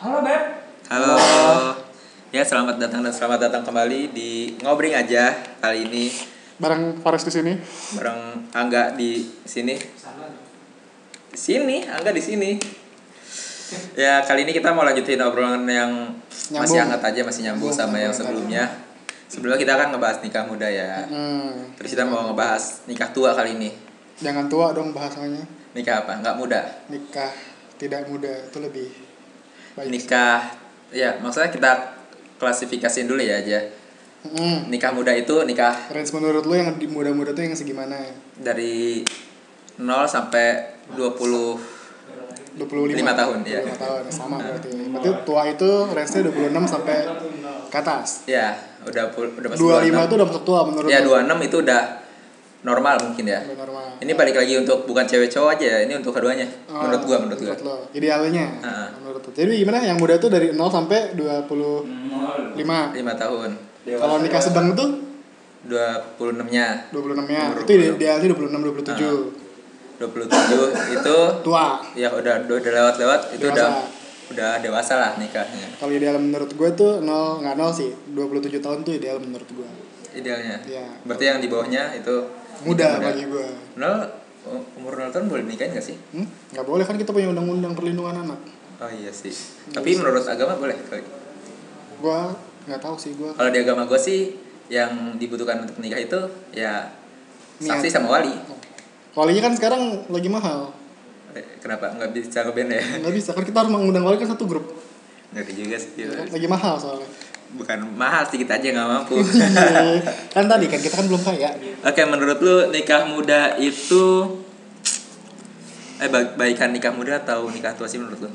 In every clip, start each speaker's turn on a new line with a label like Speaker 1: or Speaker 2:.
Speaker 1: Halo Beb.
Speaker 2: Halo. Ya, selamat datang dan selamat datang kembali di Ngobring aja kali ini
Speaker 3: bareng Fares di sini.
Speaker 2: bareng Angga di sini. Di Sini, Angga di sini. Ya, kali ini kita mau lanjutin obrolan yang masih
Speaker 3: Nyambung.
Speaker 2: hangat aja, masih nyambung
Speaker 3: Nyambung,
Speaker 2: sama yang
Speaker 3: nyambung,
Speaker 2: sebelumnya. Sebelumnya kita akan ngebahas nikah muda ya.
Speaker 3: Hmm,
Speaker 2: Terus kita mau ngebahas nikah tua kali ini.
Speaker 3: jangan tua dong bahasanya.
Speaker 2: Nikah apa? Nggak muda.
Speaker 3: Nikah tidak muda itu lebih baik.
Speaker 2: Nikah ya, maksudnya kita klasifikasiin dulu ya aja.
Speaker 3: Hmm.
Speaker 2: Nikah muda itu nikah
Speaker 3: Range menurut lu yang di muda-muda tuh yang segimana?
Speaker 2: dari 0 sampai 25
Speaker 3: 25
Speaker 2: Lima tahun, iya.
Speaker 3: 25 tahun sama berarti. Berarti tua itu range-nya 26 sampai ke atas.
Speaker 2: ya udah pul- udah masuk
Speaker 3: 25 itu udah masuk tua menurut
Speaker 2: 26. ya
Speaker 3: lu?
Speaker 2: 26 itu udah normal mungkin ya
Speaker 3: Udah normal.
Speaker 2: ini balik lagi untuk bukan cewek cowok aja ya, ini untuk keduanya
Speaker 3: Oh,
Speaker 2: menurut gua menurut gua
Speaker 3: lo. Idealnya.
Speaker 2: Ah.
Speaker 3: Menurut lu. Jadi gimana? Yang muda tuh dari 0 sampai 25.
Speaker 1: Nol.
Speaker 2: lima tahun
Speaker 3: Kalau nikah sedang tuh
Speaker 2: 26 nya
Speaker 3: 26 ya.
Speaker 2: Umur
Speaker 3: Itu
Speaker 2: 20.
Speaker 3: idealnya
Speaker 2: 27
Speaker 3: 26
Speaker 2: itu
Speaker 3: 27. Tua.
Speaker 2: ya udah udah lewat-lewat itu
Speaker 3: Dewasa.
Speaker 2: udah udah dewasa lah nikahnya
Speaker 3: Kalau ideal menurut gue tuh nol nggak nol sih, 27 tahun tuh ideal menurut gue.
Speaker 2: idealnya
Speaker 3: Iya.
Speaker 2: berarti yang di bawahnya itu
Speaker 3: Muda bagi gue.
Speaker 2: nol umur 0 tahun boleh nikahin gak sih
Speaker 3: Hmm? Gak boleh kan kita punya undang-undang perlindungan anak.
Speaker 2: Oh iya sih. Tapi menurut agama boleh kali.
Speaker 3: Gue nggak tahu sih gue.
Speaker 2: Kalau di agama gue sih yang dibutuhkan untuk nikah itu ya saksi
Speaker 3: Niat.
Speaker 2: sama wali.
Speaker 3: Walinya kan sekarang lagi mahal.
Speaker 2: Eh, Kenapa nggak bisa ngeband ya?
Speaker 3: Nggak bisa kan kita harus mengundang wali kan satu grup.
Speaker 2: Ngerti juga sih. ya.
Speaker 3: Lagi mahal soalnya.
Speaker 2: Bukan mahal sedikit aja nggak mampu.
Speaker 3: Iya. kan tadi kan kita kan belum kaya.
Speaker 2: Oke menurut lu nikah muda itu eh ba- baikan nikah muda atau nikah tua sih menurut lu?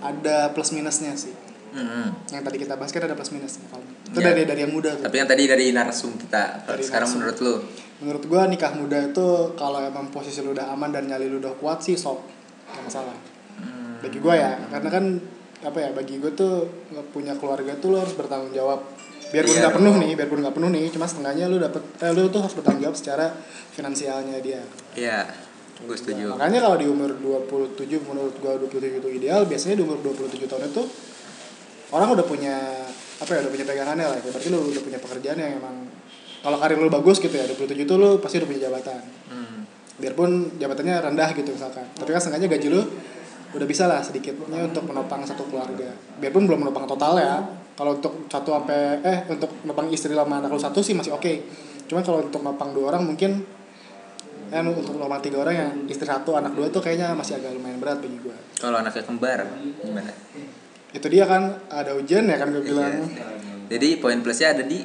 Speaker 3: Ada plus minusnya sih.
Speaker 2: Mm-mm.
Speaker 3: Yang tadi kita bahas kan ada plus minusnya kalau. Itu
Speaker 2: Iya.
Speaker 3: dari dari yang muda tuh.
Speaker 2: Tapi yang tadi dari narsum kita. Kalau
Speaker 3: Dari
Speaker 2: Sekarang
Speaker 3: narsum.
Speaker 2: menurut lu
Speaker 3: Menurut gue nikah muda itu kalau emang posisi lu udah aman dan nyali lu udah kuat sih sok. Gak masalah.
Speaker 2: Hmm,
Speaker 3: bagi gue ya karena kan apa ya bagi gue tuh punya keluarga tuh lo harus bertanggung jawab biarpun
Speaker 2: Iya
Speaker 3: nggak
Speaker 2: dong.
Speaker 3: penuh nih biarpun nggak penuh nih cuma setengahnya lu dapet eh, lu tuh harus bertanggung jawab secara finansialnya dia
Speaker 2: Iya, gue setuju.
Speaker 3: Nah, makanya kalau di umur 27 menurut gue 27 itu ideal biasanya di umur 27 tahun itu orang udah punya apa ya udah punya pegangannya lah berarti lu udah punya pekerjaan yang emang kalau karir lu bagus gitu ya 27 tuh lu pasti udah punya jabatan
Speaker 2: Hmm.
Speaker 3: biarpun jabatannya rendah gitu misalkan tapi kan sengaja gaji lu udah bisa lah sedikitnya untuk menopang satu keluarga biarpun belum menopang total ya kalau untuk satu sampai eh untuk menopang istri sama anak lu satu sih masih oke cuman kalau untuk menopang dua orang mungkin eh untuk menopang tiga orang yang istri satu anak dua tuh kayaknya masih agak lumayan berat bagi gua
Speaker 2: Kalau anaknya kembar gimana?
Speaker 3: itu dia kan ada ujian ya kan gue bilang
Speaker 2: Jadi poin plusnya ada di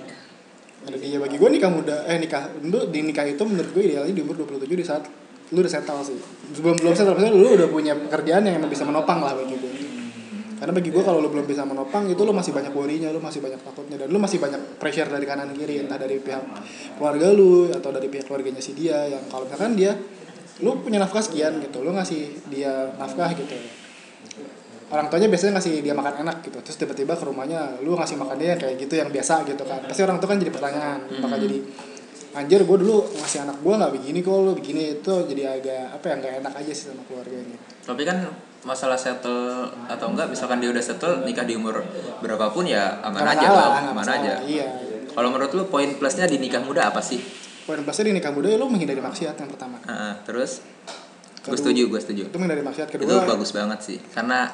Speaker 3: ada dia bagi gue nikah muda eh nikah lu di nikah itu menurut gue idealnya di umur 27 di saat lu udah settle sih sebelum belum settle maksudnya lu udah punya pekerjaan yang emang bisa menopang lah bagi gue karena bagi gue kalau lu belum bisa menopang itu lu masih banyak worry-nya lu masih banyak takutnya dan lu masih banyak pressure dari kanan kiri entah dari pihak keluarga lu atau dari pihak keluarganya si dia yang kalau misalkan dia lu punya nafkah sekian gitu lu ngasih dia nafkah gitu orang tuanya biasanya ngasih dia makan enak gitu terus tiba-tiba ke rumahnya lu ngasih makan dia yang kayak gitu yang biasa gitu kan pasti orang tuh kan jadi pertanyaan
Speaker 2: Hmm.
Speaker 3: maka jadi anjir gue dulu ngasih anak gue nggak begini kok lu begini itu jadi agak apa ya nggak enak aja sih sama keluarganya
Speaker 2: Tapi kan masalah settle atau enggak misalkan dia udah settle nikah di umur berapapun ya aman
Speaker 3: Nggak
Speaker 2: aja
Speaker 3: masalah,
Speaker 2: lah,
Speaker 3: nggak
Speaker 2: aman
Speaker 3: masalah.
Speaker 2: aja.
Speaker 3: iya
Speaker 2: Kalau menurut lu poin plusnya di nikah muda apa sih?
Speaker 3: poin plusnya di nikah muda ya lu menghindari maksiat yang pertama
Speaker 2: Heeh, terus gue
Speaker 3: Kedua-
Speaker 2: setuju, gue setuju.
Speaker 3: itu menghindari maksiat kedua
Speaker 2: Itu bagus banget sih. Karena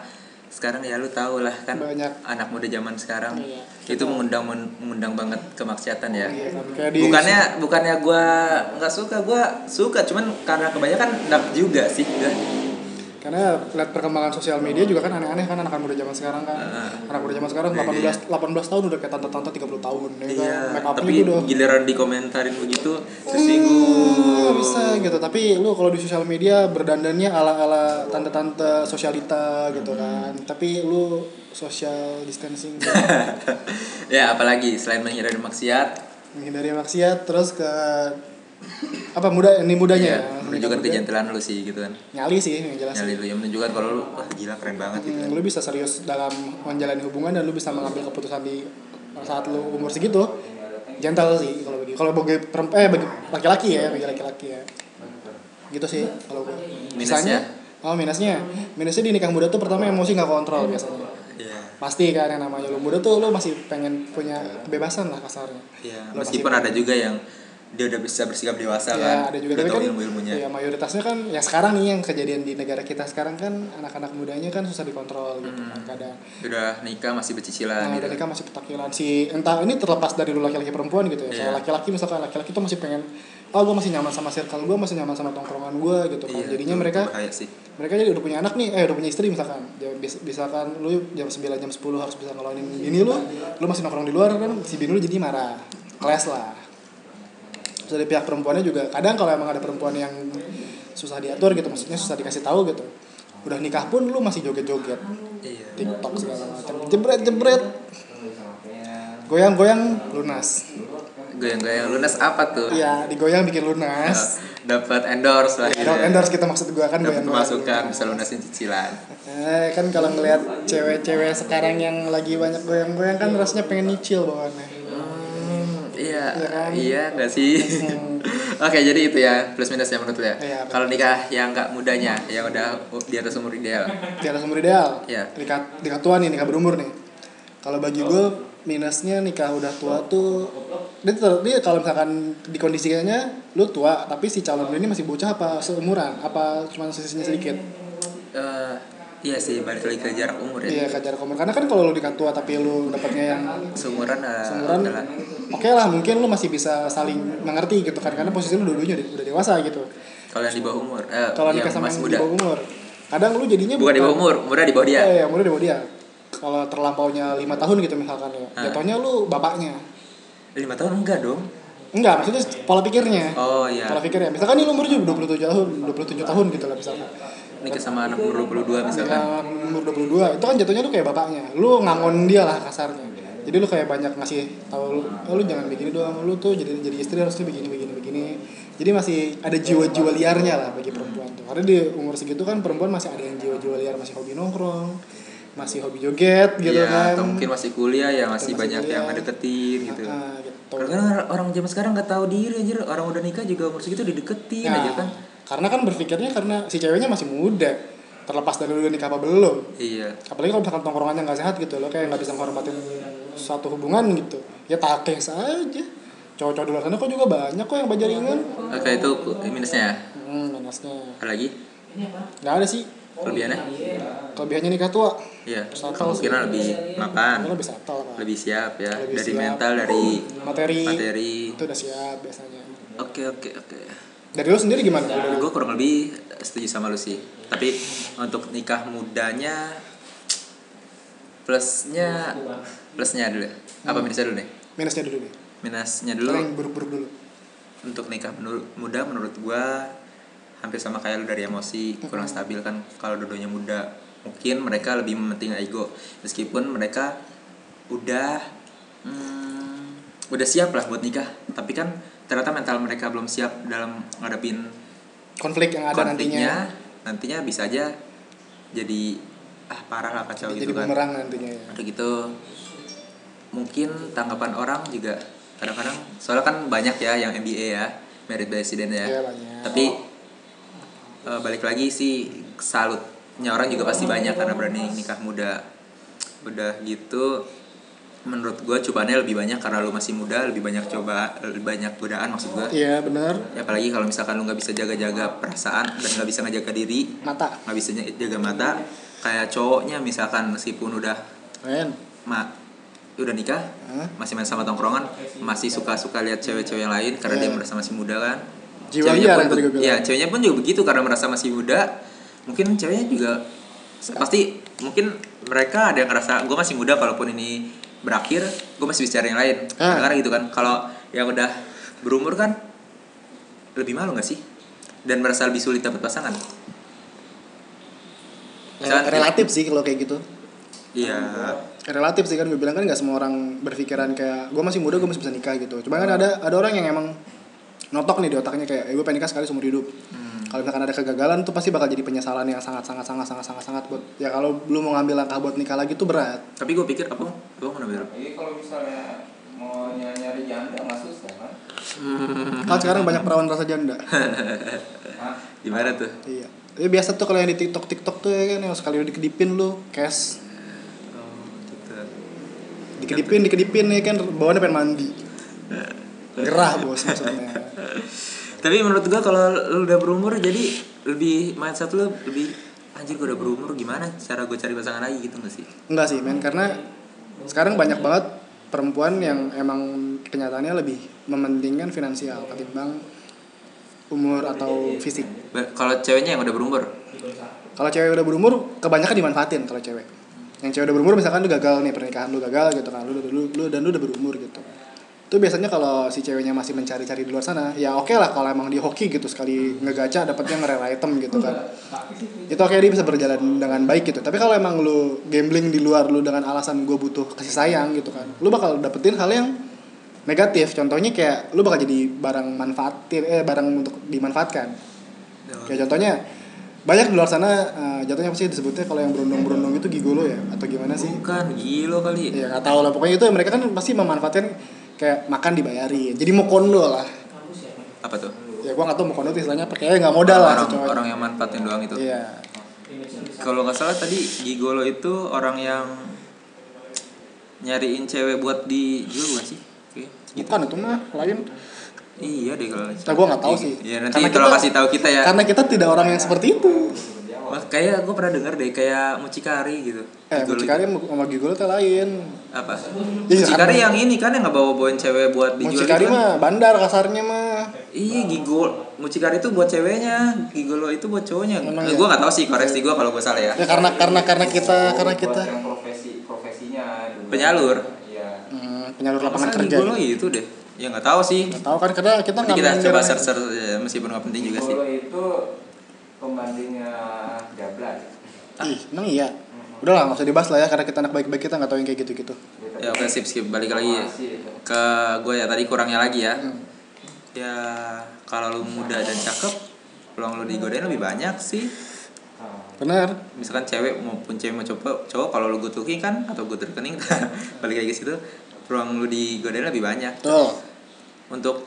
Speaker 2: sekarang ya lu tau lah kan
Speaker 3: Banyak.
Speaker 2: anak muda zaman sekarang
Speaker 3: Iya.
Speaker 2: itu mengundang mengundang banget kemaksiatan ya.
Speaker 3: iya kan. kayak di
Speaker 2: Bukannya bukannya gua nggak suka, gua suka cuman karena kebanyakan enak juga sih.
Speaker 3: karena lihat perkembangan sosial media juga kan aneh-aneh kan anak muda zaman sekarang kan
Speaker 2: Heeh.
Speaker 3: anak muda zaman sekarang
Speaker 2: Iya,
Speaker 3: 18 18 tahun udah kayak tante-tante 30 tahun ya kan
Speaker 2: Iya,
Speaker 3: make up-nya
Speaker 2: tapi
Speaker 3: udah
Speaker 2: giliran dikomentarin begitu tersinggung.
Speaker 3: Nggak bisa gitu tapi lu kalau di sosial media berdandannya ala ala tante tante sosialita gitu kan tapi lu social distancing gitu.
Speaker 2: ya apalagi selain menghindari maksiat,
Speaker 3: menghindari maksiat terus ke apa muda ini mudanya
Speaker 2: ya,
Speaker 3: ya,
Speaker 2: menunjukkan
Speaker 3: Muda.
Speaker 2: kejantelan lu sih gitu kan.
Speaker 3: nyali Iya sih yang jelas
Speaker 2: Nyali lu yang menunjukkan kalau lu wah gila keren banget gitu.
Speaker 3: Hmm, lu bisa serius dalam menjalani hubungan dan lu bisa mengambil keputusan di saat lu umur segitu gentle sih kalau bagi kalau bagi perempuan eh bagi laki-laki ya bagi laki-laki ya gitu sih kalau gua
Speaker 2: Minusnya?
Speaker 3: Sisanya- oh minusnya minusnya di nikah muda tuh pertama emosi nggak kontrol biasanya
Speaker 2: Iya.
Speaker 3: pasti kan yang namanya lu muda tuh lu masih pengen punya kebebasan lah kasarnya
Speaker 2: Iya,
Speaker 3: Lo
Speaker 2: meskipun
Speaker 3: pasti-
Speaker 2: ada juga yang dia udah bisa bersikap dewasa kan.
Speaker 3: ya ada juga
Speaker 2: udah
Speaker 3: tapi
Speaker 2: tahu
Speaker 3: kan
Speaker 2: ilmu-ilmunya.
Speaker 3: ya mayoritasnya kan yang sekarang nih yang kejadian di negara kita sekarang kan anak-anak mudanya kan susah dikontrol gitu kan
Speaker 2: Hmm.
Speaker 3: kadang
Speaker 2: Udah nikah masih bercicilan
Speaker 3: nah,
Speaker 2: gitu.
Speaker 3: dan mereka masih petakilan si entah ini terlepas dari lu laki-laki perempuan gitu ya
Speaker 2: Iya.
Speaker 3: kalau laki-laki misalkan laki-laki tuh masih pengen oh gue masih nyaman sama circle gue masih nyaman sama tongkrongan gue gitu kan
Speaker 2: Iya,
Speaker 3: jadinya
Speaker 2: itu-
Speaker 3: mereka
Speaker 2: itu bahaya sih.
Speaker 3: mereka jadi udah punya anak nih eh udah punya istri misalkan Ya, bis- misalkan lu jam 9 jam 10 harus bisa ngeluarin bini lu lu masih nongkrong di luar kan si bini lu jadi marah kelas lah Terus dari pihak perempuannya juga kadang kalau emang ada perempuan yang susah diatur gitu maksudnya susah dikasih tahu gitu udah nikah pun lu masih joget-joget
Speaker 2: Iya.
Speaker 3: TikTok segala macam jebret jebret goyang-goyang lunas
Speaker 2: Goyang-goyang lunas apa tuh?
Speaker 3: iya digoyang bikin
Speaker 2: Eh,
Speaker 3: lunas
Speaker 2: Dapat endorse lah.
Speaker 3: Ya,
Speaker 2: gitu ya.
Speaker 3: endorse kita maksud gua kan
Speaker 2: Dapat
Speaker 3: goyang-goyang
Speaker 2: pemasukan
Speaker 3: lunas.
Speaker 2: bisa lunasin cicilan.
Speaker 3: Eh, kan kalau ngelihat cewek-cewek sekarang yang lagi banyak goyang-goyang kan rasanya pengen nyicil bawaannya.
Speaker 2: Hmm,
Speaker 3: Iya
Speaker 2: iya,
Speaker 3: kan?
Speaker 2: iya nggak sih? Oke, jadi itu ya plus minus ya menurut lu ya.
Speaker 3: Iya, betul.
Speaker 2: Kalau nikah yang nggak mudanya, yang udah di atas umur ideal.
Speaker 3: Di atas umur ideal.
Speaker 2: Iya.
Speaker 3: Nikah, nikah tua nih, nikah berumur nih. Kalau bagi gue minusnya nikah udah tua tuh dia, ter- dia kalau misalkan di kondisinya lu tua tapi si calon lu ini masih bocah apa seumuran apa cuma sisinya sedikit
Speaker 2: Eh, iya sih, balik lagi ke jarak umur ya.
Speaker 3: iya kajar komor karena kan kalau lu nikah tua tapi lu dapatnya yang
Speaker 2: Seumuran, eh,
Speaker 3: seumuran
Speaker 2: udah lah.
Speaker 3: oke lah mungkin lu masih bisa saling mengerti gitu kan karena posisi lu dulunya udah dewasa gitu
Speaker 2: Kalau yang di bawah umur, eh,
Speaker 3: kalau
Speaker 2: yang
Speaker 3: nikah sama
Speaker 2: masih
Speaker 3: yang
Speaker 2: muda.
Speaker 3: di bawah umur kadang lu jadinya
Speaker 2: Bukan di bawah umur, iya. muda di bawah dia.
Speaker 3: Eh, yang muda di bawah dia kalau terlampaunya lima tahun gitu misalkan ya
Speaker 2: Ah.
Speaker 3: jatuhnya lu bapaknya
Speaker 2: Lima tahun enggak dong?
Speaker 3: enggak maksudnya pola pikirnya
Speaker 2: Oh iya.
Speaker 3: pola pikirnya misalkan nih lu umur juga 27 tahun 27 tahun gitu lah misalkan
Speaker 2: Nikah sama anak umur 22 misalkan.
Speaker 3: Ya, umur 22 itu kan jatuhnya lu kayak bapaknya lu ngangon dia lah kasarnya jadi lu kayak banyak ngasih tahu lu "Oh, lu jangan begini doang lu tuh jadi jadi istri harusnya begini begini begini jadi masih ada jiwa-jiwa liarnya lah bagi perempuan tuh karena di umur segitu kan perempuan masih ada yang jiwa-jiwa liar masih hobi nongkrong masih hobi joget gitu
Speaker 2: Iya,
Speaker 3: kan
Speaker 2: atau mungkin masih kuliah ya masih,
Speaker 3: Masih
Speaker 2: banyak
Speaker 3: kuliah.
Speaker 2: yang ngedeketin gitu.
Speaker 3: Ah, gitu.
Speaker 2: Karena kan orang- orang zaman sekarang nggak tahu diri anjir, orang udah nikah juga umur segitu dideketin
Speaker 3: Nah,
Speaker 2: aja kan.
Speaker 3: karena kan berpikirnya karena si ceweknya masih muda terlepas dari lu udah nikah apa belum
Speaker 2: Iya.
Speaker 3: apalagi kalau misalkan tongkrongannya nggak sehat gitu lo kayak nggak bisa menghormatin satu hubungan gitu ya takeh saja cowok-cowok di luar sana kok juga banyak kok yang bajaringan
Speaker 2: Oke, itu ku- minusnya ya.
Speaker 3: hmm minusnya
Speaker 2: Ada lagi?
Speaker 3: nggak ada sih
Speaker 1: Oh,
Speaker 2: Kelebihannya?
Speaker 1: iya.
Speaker 3: kelebihannya nikah tua
Speaker 2: Iya.
Speaker 3: Satu.
Speaker 2: Kemungkinan lebih mapan,
Speaker 3: lo bisa tol kan
Speaker 2: lebih siap ya
Speaker 3: Lebih
Speaker 2: dari
Speaker 3: siap.
Speaker 2: mental, dari
Speaker 3: materi,
Speaker 2: materi.
Speaker 3: itu udah siap biasanya
Speaker 2: Oke, oke, oke.
Speaker 3: dari lo sendiri gimana Lo dari-
Speaker 2: Gue kurang lebih setuju sama lu sih. Tapi untuk nikah mudanya plusnya plusnya dulu. ya.
Speaker 3: Hmm.
Speaker 2: Apa minusnya dulu nih?
Speaker 3: minusnya dulu deh
Speaker 2: Minusnya
Speaker 3: Lo
Speaker 2: dulu
Speaker 3: yang buruk-buruk dulu
Speaker 2: untuk nikah menur- muda menurut gua hampir sama kayak lu dari emosi kurang stabil kan kalau dua-duanya muda mungkin mereka lebih mementingkan ego meskipun mereka udah hmm, udah siap lah buat nikah tapi kan ternyata mental mereka belum siap dalam ngadepin
Speaker 3: konflik yang ada nantinya
Speaker 2: konfliknya nantinya bisa aja jadi ah parah lah kacau
Speaker 3: jadi
Speaker 2: gitu kan
Speaker 3: bumerang nantinya ya
Speaker 2: Udah gitu mungkin tanggapan orang juga kadang-kadang soalnya kan banyak ya yang MBA ya merit by accident ya.
Speaker 3: Iya, banyak.
Speaker 2: Tapi eh, balik lagi sih salutnya orang juga pasti banyak karena berani nikah muda. Udah gitu menurut gue cobaannya lebih banyak karena lu masih muda lebih banyak coba lebih banyak godaan maksud gue
Speaker 3: iya benar
Speaker 2: ya apalagi kalau misalkan lu nggak bisa jaga-jaga perasaan dan nggak bisa ngejaga diri
Speaker 3: mata
Speaker 2: nggak bisa jaga mata kayak cowoknya misalkan meskipun udah
Speaker 3: men
Speaker 2: mak udah nikah
Speaker 3: Hah?
Speaker 2: masih main sama tongkrongan masih suka suka lihat cewek-cewek yang lain karena dia merasa masih muda kan
Speaker 3: Jiwa
Speaker 2: Ceweknya
Speaker 3: liar
Speaker 2: pun
Speaker 3: yang tadi
Speaker 2: be-
Speaker 3: gua bilang.
Speaker 2: ya ceweknya pun juga begitu karena merasa masih muda mungkin ceweknya juga pasti mungkin mereka ada yang ngerasa gue masih muda kalaupun ini berakhir gue masih bisa cari yang lain
Speaker 3: Ah.
Speaker 2: karena gitu kan kalau yang udah berumur kan lebih malu gak sih dan merasa lebih sulit dapat pasangan Misalkan-
Speaker 3: relatif sih kalau kayak gitu
Speaker 2: iya
Speaker 3: relatif sih kan gue bilang kan nggak semua orang berpikiran kayak gue masih muda gue masih bisa nikah gitu cuma kan ada ada orang yang emang notok nih di otaknya kayak eh, gue pengen nikah sekali seumur hidup kalau misalkan ada kegagalan tuh pasti bakal jadi penyesalan yang sangat sangat sangat sangat sangat sangat buat ya kalau belum mau ngambil langkah buat nikah lagi tuh berat
Speaker 2: tapi gue pikir apa apa mau nambah
Speaker 1: Jadi kalau misalnya mau nyari janda nggak susah kan?
Speaker 3: kan sekarang banyak perawan rasa janda
Speaker 1: Hah?
Speaker 2: gimana tuh
Speaker 3: iya ya biasa tuh kalau yang di tiktok tiktok tuh ya kan yang sekali udah dikedipin lu cash
Speaker 2: Oh,
Speaker 3: dikedipin dikedipin ya kan bawaannya pengen mandi gerah bos maksudnya
Speaker 2: Tapi menurut gua kalau lu udah berumur jadi lebih mindset lu lebih anjir gua udah berumur gimana cara gua cari pasangan lagi gitu gak sih?
Speaker 3: enggak sih men karena sekarang banyak banget perempuan yang emang kenyataannya lebih mementingkan finansial ketimbang umur atau fisik
Speaker 2: Ba- Kalau ceweknya yang udah berumur
Speaker 3: kalau cewek udah berumur kebanyakan dimanfaatin kalau cewek yang cewek udah berumur misalkan lu gagal nih pernikahan lu gagal gitu kan lu, lu, lu dan lu udah berumur gitu itu biasanya kalau si ceweknya masih mencari-cari di luar sana ya oke lah kalau emang di hoki gitu sekali ngegaca dapatnya ngerela item gitu kan itu oke dia bisa berjalan dengan baik gitu tapi kalau emang lu gambling di luar lu dengan alasan gue butuh kasih sayang gitu kan lu bakal dapetin hal yang negatif contohnya kayak lu bakal jadi barang manfaatin eh barang untuk dimanfaatkan Kayak contohnya banyak di luar sana eh, jatuhnya apa sih disebutnya kalau yang berondong-berondong itu gigolo ya atau gimana sih?
Speaker 2: Bukan, gilo kali
Speaker 3: Ya nggak tahu lah pokoknya itu mereka kan pasti memanfaatkan kayak makan dibayarin. Jadi mau kondo lah.
Speaker 2: Apa tuh?
Speaker 3: Ya gua nggak tahu mau kondo itu istilahnya pakai nggak modal lah si
Speaker 2: orang,
Speaker 3: cowoknya.
Speaker 2: orang yang manfaatin doang itu
Speaker 3: Iya.
Speaker 2: Kalau nggak salah tadi gigolo itu orang yang nyariin cewek buat dijual bukan sih? Oke.
Speaker 3: Bukan itu mah lain.
Speaker 2: Iya deh kalau
Speaker 3: Nah, gua nggak tahu sih.
Speaker 2: Iya nanti tolong kasih tahu kita ya.
Speaker 3: Karena kita tidak orang yang seperti itu.
Speaker 2: Wah, kayak gue pernah denger deh kayak mucikari gitu.
Speaker 3: Eh,
Speaker 2: Gigolo
Speaker 3: mucikari sama gigolo itu lain.
Speaker 2: apa?
Speaker 3: Iya,
Speaker 2: mucikari
Speaker 3: karena-
Speaker 2: yang ini kan yang nggak bawa bawain cewek buat dijual. itu
Speaker 3: Mucikari
Speaker 2: kan.
Speaker 3: mah bandar kasarnya mah.
Speaker 2: Iya gigol. Mucikari itu buat ceweknya, gigolo itu buat cowoknya.
Speaker 3: Emang
Speaker 2: Eh,
Speaker 3: ya?
Speaker 2: gue nggak tahu sih koreksi gue kalau gue salah ya.
Speaker 3: Ya karena karena karena kita karena
Speaker 1: Buat
Speaker 3: kita
Speaker 1: yang profesi profesinya dulu.
Speaker 2: Penyalur.
Speaker 1: Iya.
Speaker 3: hmm, penyalur
Speaker 2: Masa
Speaker 3: lapangan kerja.
Speaker 2: gigolo itu deh. Ya nggak tahu sih.
Speaker 3: Gak tahu kan karena
Speaker 2: Nanti
Speaker 3: kita nggak
Speaker 2: kita
Speaker 3: menyindir-
Speaker 2: coba search search aja, meskipun nggak penting juga sih.
Speaker 1: Kalau itu ya. pembandingnya jablas.
Speaker 3: Ih, emang iya. Udah lah, nggak usah dibahas lah ya karena kita anak baik-baik kita nggak tahu yang kayak gitu-gitu.
Speaker 2: Ya oke skip skip balik lagi ya. ke gue ya tadi kurangnya lagi ya
Speaker 3: Hmm.
Speaker 2: ya kalau lu muda dan cakep peluang lu digodain lebih banyak sih
Speaker 1: Ah.
Speaker 3: Benar.
Speaker 2: misalkan cewek maupun cewek mau coba cowok kalau lu good looking kan atau good rekening balik lagi ke situ peluang lu digodain lebih banyak
Speaker 3: Tuh.
Speaker 2: untuk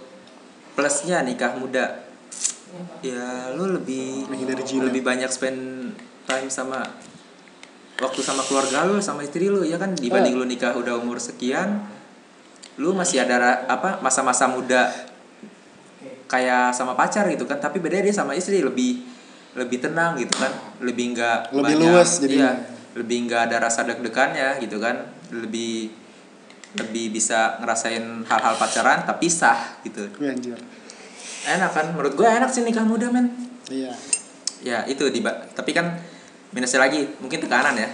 Speaker 2: plusnya nikah muda ya lu lebih
Speaker 3: Menghindari zina.
Speaker 2: lebih banyak spend time sama waktu sama keluarga lu sama istri lu ya kan dibanding
Speaker 3: Iya.
Speaker 2: lu nikah udah umur sekian lu masih ada ra- apa masa-masa muda kayak sama pacar gitu kan tapi bedanya dia sama istri lebih lebih tenang gitu kan lebih enggak
Speaker 3: Lebih luas
Speaker 2: iya,
Speaker 3: jadinya.
Speaker 2: lebih enggak ada rasa deg-degannya gitu kan lebih lebih bisa ngerasain hal-hal pacaran tapi sah gitu
Speaker 3: Wih anjir.
Speaker 2: enak kan menurut gue enak sih nikah muda men
Speaker 3: Iya.
Speaker 2: ya itu di tapi kan minusnya lagi mungkin tekanan ya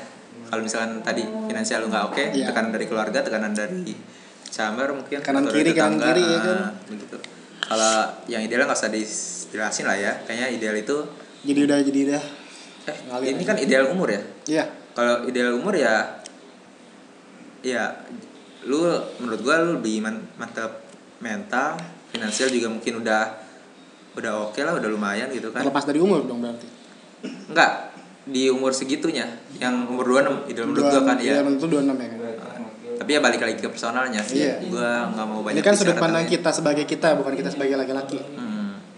Speaker 2: kalau misalkan tadi finansial lu nggak oke
Speaker 3: Iya.
Speaker 2: tekanan dari keluarga tekanan dari chamber mungkin
Speaker 3: Kanan
Speaker 2: atau dari
Speaker 3: kiri, kanan
Speaker 2: tetangga,
Speaker 3: kiri, ya
Speaker 2: ah,
Speaker 3: kan?
Speaker 2: begitu kalau yang ideal nggak usah dijelasin lah ya kayaknya ideal itu
Speaker 3: Jadi udah jadi udah.
Speaker 2: eh
Speaker 3: Ngalir
Speaker 2: ini
Speaker 3: aja.
Speaker 2: kan ideal umur ya
Speaker 3: Iya.
Speaker 2: kalau ideal umur ya ya lu menurut gua lu lebih man- mantap mental finansial juga mungkin udah udah oke lah udah lumayan gitu kan
Speaker 3: Terlepas dari umur dong berarti.
Speaker 2: enggak di umur segitunya yang umur 26 ideal menurut gua kan ya
Speaker 3: Iya, menurut lu 26 ya kan.
Speaker 1: Ah.
Speaker 2: tapi ya balik lagi ke personalnya sih
Speaker 3: Iya.
Speaker 2: gua nggak mau banyak
Speaker 3: Ini kan sudut
Speaker 2: bicara
Speaker 3: pandang
Speaker 2: tapi-
Speaker 3: kita sebagai kita bukan kita sebagai laki-laki.
Speaker 2: Hmm.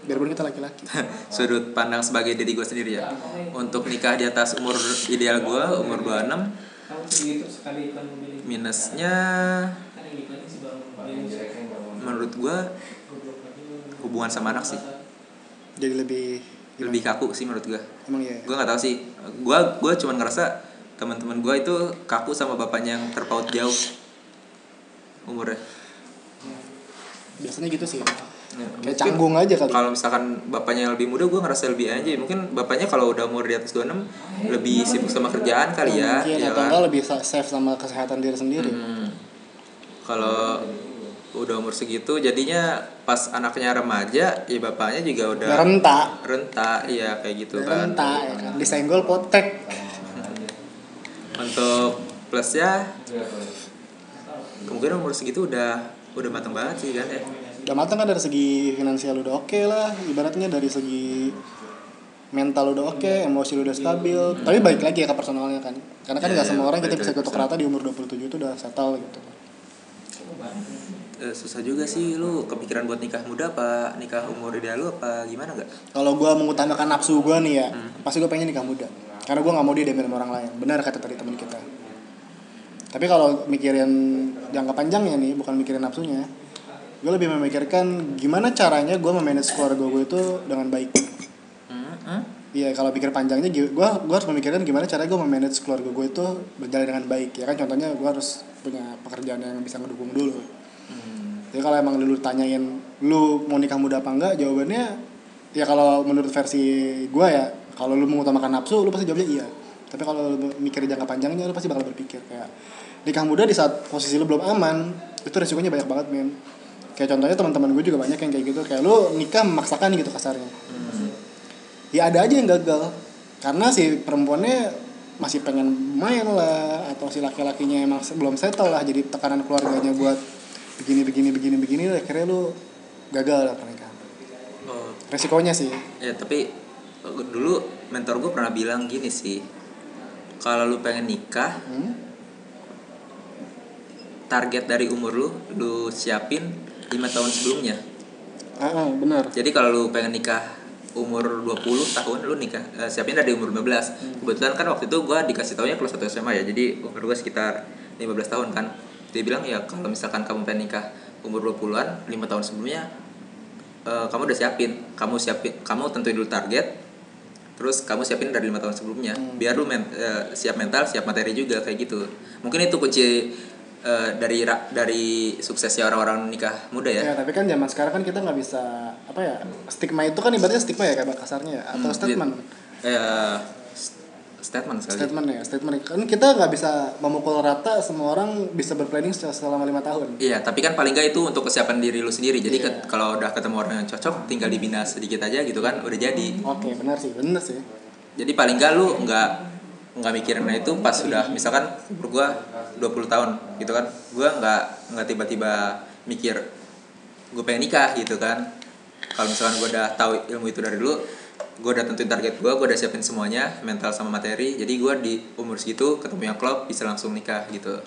Speaker 3: Biarpun kita laki-laki.
Speaker 2: sudut pandang sebagai diri gua sendiri ya untuk nikah di atas umur ideal gua umur 26
Speaker 4: Kamu segitu sekali iklan mobil ini.
Speaker 2: minusnya
Speaker 4: Kan ini iklannya sih baru mobil ini.
Speaker 2: menurut gua
Speaker 4: Goblok lagi lu.
Speaker 2: hubungan sama anak sih
Speaker 3: Jadi lebih iya.
Speaker 2: lebih kaku sih menurut gue
Speaker 3: Emang iya.
Speaker 2: gue nggak tahu sih gue gue cuman ngerasa teman-teman gue itu kaku sama bapaknya yang terpaut jauh umurnya
Speaker 3: Biasanya gitu sih.
Speaker 2: Ya,
Speaker 3: Kayak
Speaker 2: mungkin
Speaker 3: canggung aja kali.
Speaker 2: kalau misalkan bapaknya yang lebih muda gue ngerasa lebih aja mungkin bapaknya kalau udah umur di atas 26 lebih sibuk sama kerjaan kali ya
Speaker 3: Mungkin
Speaker 2: ya
Speaker 3: atau
Speaker 2: kan?
Speaker 3: enggak lebih sa- safe sama kesehatan diri sendiri.
Speaker 2: Hmm. kalau udah umur segitu jadinya pas anaknya remaja ya bapaknya juga udah
Speaker 3: Udah rentak.
Speaker 2: renta iya kayak gitu
Speaker 3: Udah
Speaker 2: kan
Speaker 3: rentak ya kan. Disenggol potek.
Speaker 1: Iya.
Speaker 2: untuk plusnya kemungkinan umur segitu udah udah matang banget sih kan ya
Speaker 3: udah matang kan dari segi finansial udah oke lah ibaratnya dari segi mental udah oke
Speaker 2: Iya.
Speaker 3: emosi udah stabil tapi balik lagi ya ke personalnya kan karena kan
Speaker 2: Iya,
Speaker 3: nggak
Speaker 2: iya,
Speaker 3: semua orang kita
Speaker 2: balik
Speaker 3: bisa
Speaker 2: lagi ke
Speaker 3: ketuk rata di umur 27 itu udah settle gitu
Speaker 2: Eh, susah juga sih lu kepikiran buat nikah muda apa nikah umur ideal lu apa gimana gak
Speaker 3: kalau gua mengutamakan nafsu gua nih ya
Speaker 2: Hmm.
Speaker 3: pasti gua pengen nikah muda karena gua nggak mau dia diambil sama orang lain benar kata tadi teman kita Tapi kalau mikirin jangka panjangnya nih, bukan mikirin nafsunya. Gue lebih memikirkan gimana caranya gue memanage keluarga gue itu dengan baik.
Speaker 2: Mm-mm.
Speaker 3: Iya, kalau pikir panjangnya gue gua harus memikirkan gimana caranya gue memanage keluarga gue itu berjalan dengan baik. Ya kan contohnya gue harus punya pekerjaan yang bisa ngedukung dulu. Jadi kalau emang lu tanyain lu mau nikah muda apa enggak, jawabannya ya kalau menurut versi gue ya, kalau lu mengutamakan nafsu lu pasti jawabnya iya. Tapi kalau lu mikir jangka panjangnya lu pasti bakal berpikir kayak nikah muda di saat posisi lu belum aman, itu resikonya banyak banget, men. Kayak contohnya teman-teman gue juga banyak yang kayak gitu, kayak lu nikah memaksakan gitu kasarnya ya ada aja yang gagal karena si perempuannya masih pengen main lah atau si laki-lakinya emang se- belum settle lah jadi tekanan keluarganya buat begini begini begini begini akhirnya lu gagal lah pernikahan
Speaker 2: Oh,
Speaker 3: resikonya sih
Speaker 2: ya tapi eh, dulu mentor gue pernah bilang gini sih kalau lu pengen nikah
Speaker 3: hmm?
Speaker 2: target dari umur lu lu siapin lima tahun sebelumnya
Speaker 3: ah, ah, benar
Speaker 2: jadi kalau lu pengen nikah umur 20 tahun lu nikah eh, siapin dari umur 15 kebetulan kan waktu itu gua dikasih taunya kelas 1 SMA ya jadi umur gua sekitar 15 tahun kan dia bilang ya kalau misalkan kamu pengen nikah umur 20-an 5 tahun sebelumnya eh, kamu udah siapin kamu siapin kamu tentuin dulu target terus kamu siapin dari lima tahun sebelumnya biar lu men- eh, siap mental siap materi juga kayak gitu mungkin itu kunci eh, dari ra- dari suksesnya orang-orang nikah muda ya
Speaker 3: ya tapi kan zaman sekarang kan kita nggak bisa apa ya stigma itu kan ibaratnya stigma ya kayak kasarnya ya, atau
Speaker 2: Hmm, Iya.
Speaker 3: statement
Speaker 2: di- eh, st- statement sekali.
Speaker 3: statement ya statement kan kita nggak bisa memukul rata semua orang bisa berplanning sel- selama lima tahun
Speaker 2: Iya, tapi kan paling nggak itu untuk kesiapan diri lu sendiri. Jadi
Speaker 3: Iya.
Speaker 2: ke- kalau udah ketemu orang yang cocok, tinggal dibina sedikit aja gitu kan, udah jadi.
Speaker 3: oke benar sih benar sih
Speaker 2: Jadi paling nggak lu nggak nggak mikirin itu pas sudah misalkan umur gua 20 tahun gitu kan. Gua nggak nggak tiba-tiba mikir gue pengen nikah gitu kan. Kalau misalkan gua udah tahu ilmu itu dari dulu, gua udah tentuin target gua, gua udah siapin semuanya, mental sama materi. Jadi gua di umur segitu ketemu yang klop bisa langsung nikah gitu.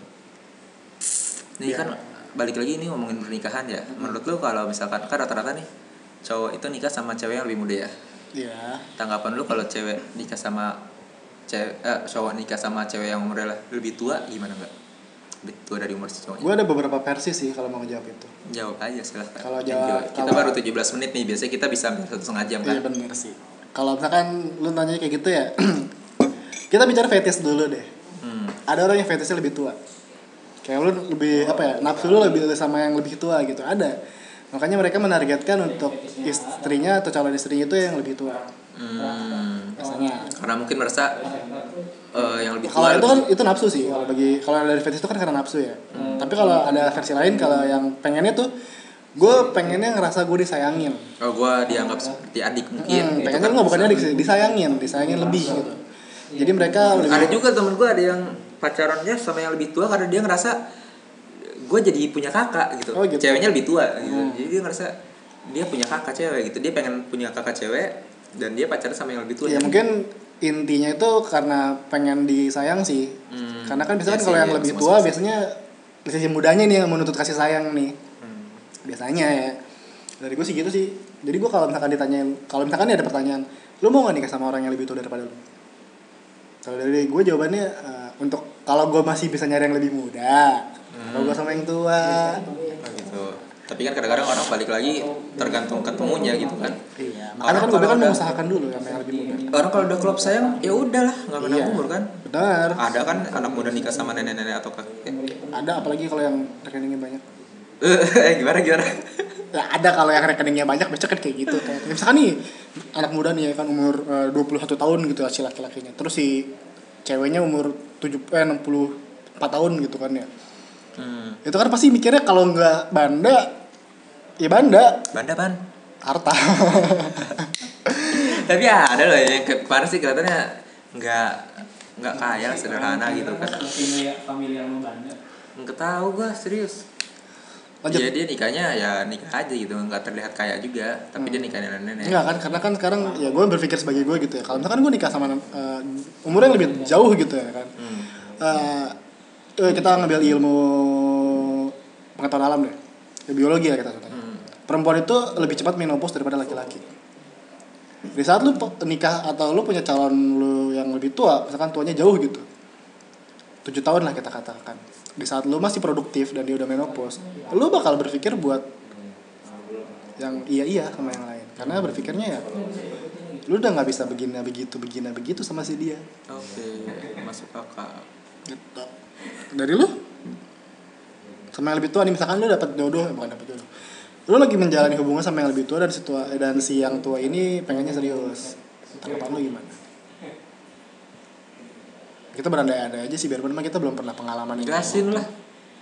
Speaker 3: Iya.
Speaker 2: Nih kan balik lagi ini ngomongin pernikahan ya. Menurut lu kalau misalkan kan rata-rata nih cowok itu nikah sama cewek yang lebih muda ya.
Speaker 3: Iya.
Speaker 2: Tanggapan lu kalau cewek nikah sama cewek eh, cowok nikah sama cewek yang umurnya le- lebih tua gimana enggak? Lebih tua dari umur si cowoknya.
Speaker 3: gue ada beberapa versi sih kalau mau jawab itu
Speaker 2: Jawab aja silahkan.
Speaker 3: Kalau
Speaker 2: Thank
Speaker 3: jawab-
Speaker 2: you. Kita
Speaker 3: kalau-
Speaker 2: baru 17 menit nih, biasanya kita bisa hampir satu setengah jam kan.
Speaker 3: Iya bener sih. Kalau misalkan lu nanya kayak gitu ya, kita bicara fetish dulu deh.
Speaker 2: Hmm.
Speaker 3: Ada orang yang fetishnya lebih tua. Kayak lu lebih apa ya? Nafsu lu lebih sama yang lebih tua gitu. Ada. Makanya mereka menargetkan untuk istrinya atau calon istrinya itu yang lebih tua.
Speaker 2: Hmm.
Speaker 3: Biasanya.
Speaker 2: Karena mungkin merasa eh, yang lebih
Speaker 3: Kalau
Speaker 2: tua
Speaker 3: itu kan
Speaker 2: lebih-
Speaker 3: itu nafsu sih kalau bagi kalau dari fetish itu kan karena nafsu ya. Tapi kalau ada versi lain kalau yang pengennya tuh gue pengennya ngerasa gue disayangin.
Speaker 2: Oh, gua dianggap seperti adik mungkin.
Speaker 3: Hmm,
Speaker 2: gitu
Speaker 3: pengennya
Speaker 2: kan. Iya.
Speaker 3: nggak bukan adik sih, disayangin, disayangin lebih gitu. Jadi mereka lebih
Speaker 2: ada juga temen gue ada yang pacarannya sama yang lebih tua karena dia ngerasa gue jadi punya kakak gitu.
Speaker 3: Oh, gitu. Hmm.
Speaker 2: ceweknya lebih tua gitu. jadi dia ngerasa dia punya kakak cewek gitu dia pengen punya kakak cewek dan dia pacaran sama yang lebih tua
Speaker 3: ya
Speaker 2: Dan-
Speaker 3: mungkin intinya itu karena pengen disayang sih.
Speaker 2: Hmm,
Speaker 3: Karena kan
Speaker 2: iya
Speaker 3: biasanya
Speaker 2: sih,
Speaker 3: kalau yang
Speaker 2: iya,
Speaker 3: lebih
Speaker 2: masuk
Speaker 3: tua
Speaker 2: akal.
Speaker 3: biasanya sisi mudanya nih yang menuntut kasih sayang nih.
Speaker 2: Hmm.
Speaker 3: Biasanya ya. Dari gue sih gitu sih. Jadi gue kalau misalkan ditanyain, kalau misalkan nih ada pertanyaan, lu mau gak nikah sama orang yang lebih tua daripada lu? Kalau dari gue jawabannya eh, untuk kalau gue masih bisa nyari yang lebih muda,
Speaker 2: Hmm.
Speaker 3: kalau gue sama yang tua,
Speaker 2: Oh, gitu tapi kan kadang-kadang orang balik lagi tergantung ketemunya gitu kan
Speaker 3: Iya,
Speaker 2: Orang
Speaker 3: makanya kan gue
Speaker 2: kalau
Speaker 3: kan
Speaker 2: udah-
Speaker 3: mengusahakan dulu sama yang lebih muda.
Speaker 2: orang kalau udah klop sayang ya udahlah nggak pernah
Speaker 3: Iya.
Speaker 2: umur kan
Speaker 3: Benar.
Speaker 2: ada kan anak muda nikah sama nenek-nenek atau kakek
Speaker 3: Ada apalagi kalau yang rekeningnya banyak.
Speaker 2: Eh, gimana gimana
Speaker 3: Ya, ada kalau yang rekeningnya banyak biasanya kan kayak gitu kayak misalkan nih anak muda nih ya kan umur eh, 21 tahun gitu si laki-lakinya. Terus si ceweknya umur 7 eh 64 tahun gitu kan ya.
Speaker 2: hmm.
Speaker 3: Itu kan pasti mikirnya kalau nggak banda ya banda
Speaker 2: banda ban
Speaker 3: harta.
Speaker 2: tapi ya ada loh yang ke- kemarin sih kelihatannya nggak nggak kaya lah, sederhana gitu kan
Speaker 4: Familiar, familiar sama Banda.
Speaker 2: nggak tahu gua serius
Speaker 3: Lanjut.
Speaker 2: Iya dia nikahnya ya nikah aja gitu nggak terlihat kaya juga tapi dia nikahnya nenek nenek
Speaker 3: Enggak kan karena kan sekarang ya gue berpikir sebagai gue gitu ya. Kalau misalkan gue nikah sama eh, umur yang lebih jauh gitu ya kan.
Speaker 2: Hmm,
Speaker 3: Eh, eh, kita ngambil ilmu pengetahuan alam deh. Ya, biologi ya kita contohnya.
Speaker 2: hmm,
Speaker 3: Perempuan itu lebih cepat menopause daripada laki-laki. Di saat lu pe- nikah atau lu punya calon lu yang lebih tua, misalkan tuanya jauh gitu. tujuh tahun lah kita katakan di saat lu masih produktif dan dia udah menopause lu bakal berpikir buat yang iya iya sama yang lain karena berpikirnya ya lu udah nggak bisa begini begitu begini begitu sama si dia
Speaker 2: Oke, masuk akal.
Speaker 3: gitu dari lu sama yang lebih tua nih misalkan lu dapat jodoh eh, bukan dapat jodoh lu lagi menjalani hubungan sama yang lebih tua dan si tua dan si yang tua ini pengennya serius tanggapan lu gimana kita berandai-andai aja sih biar memang kita belum pernah pengalaman ini
Speaker 2: Jelasin lah.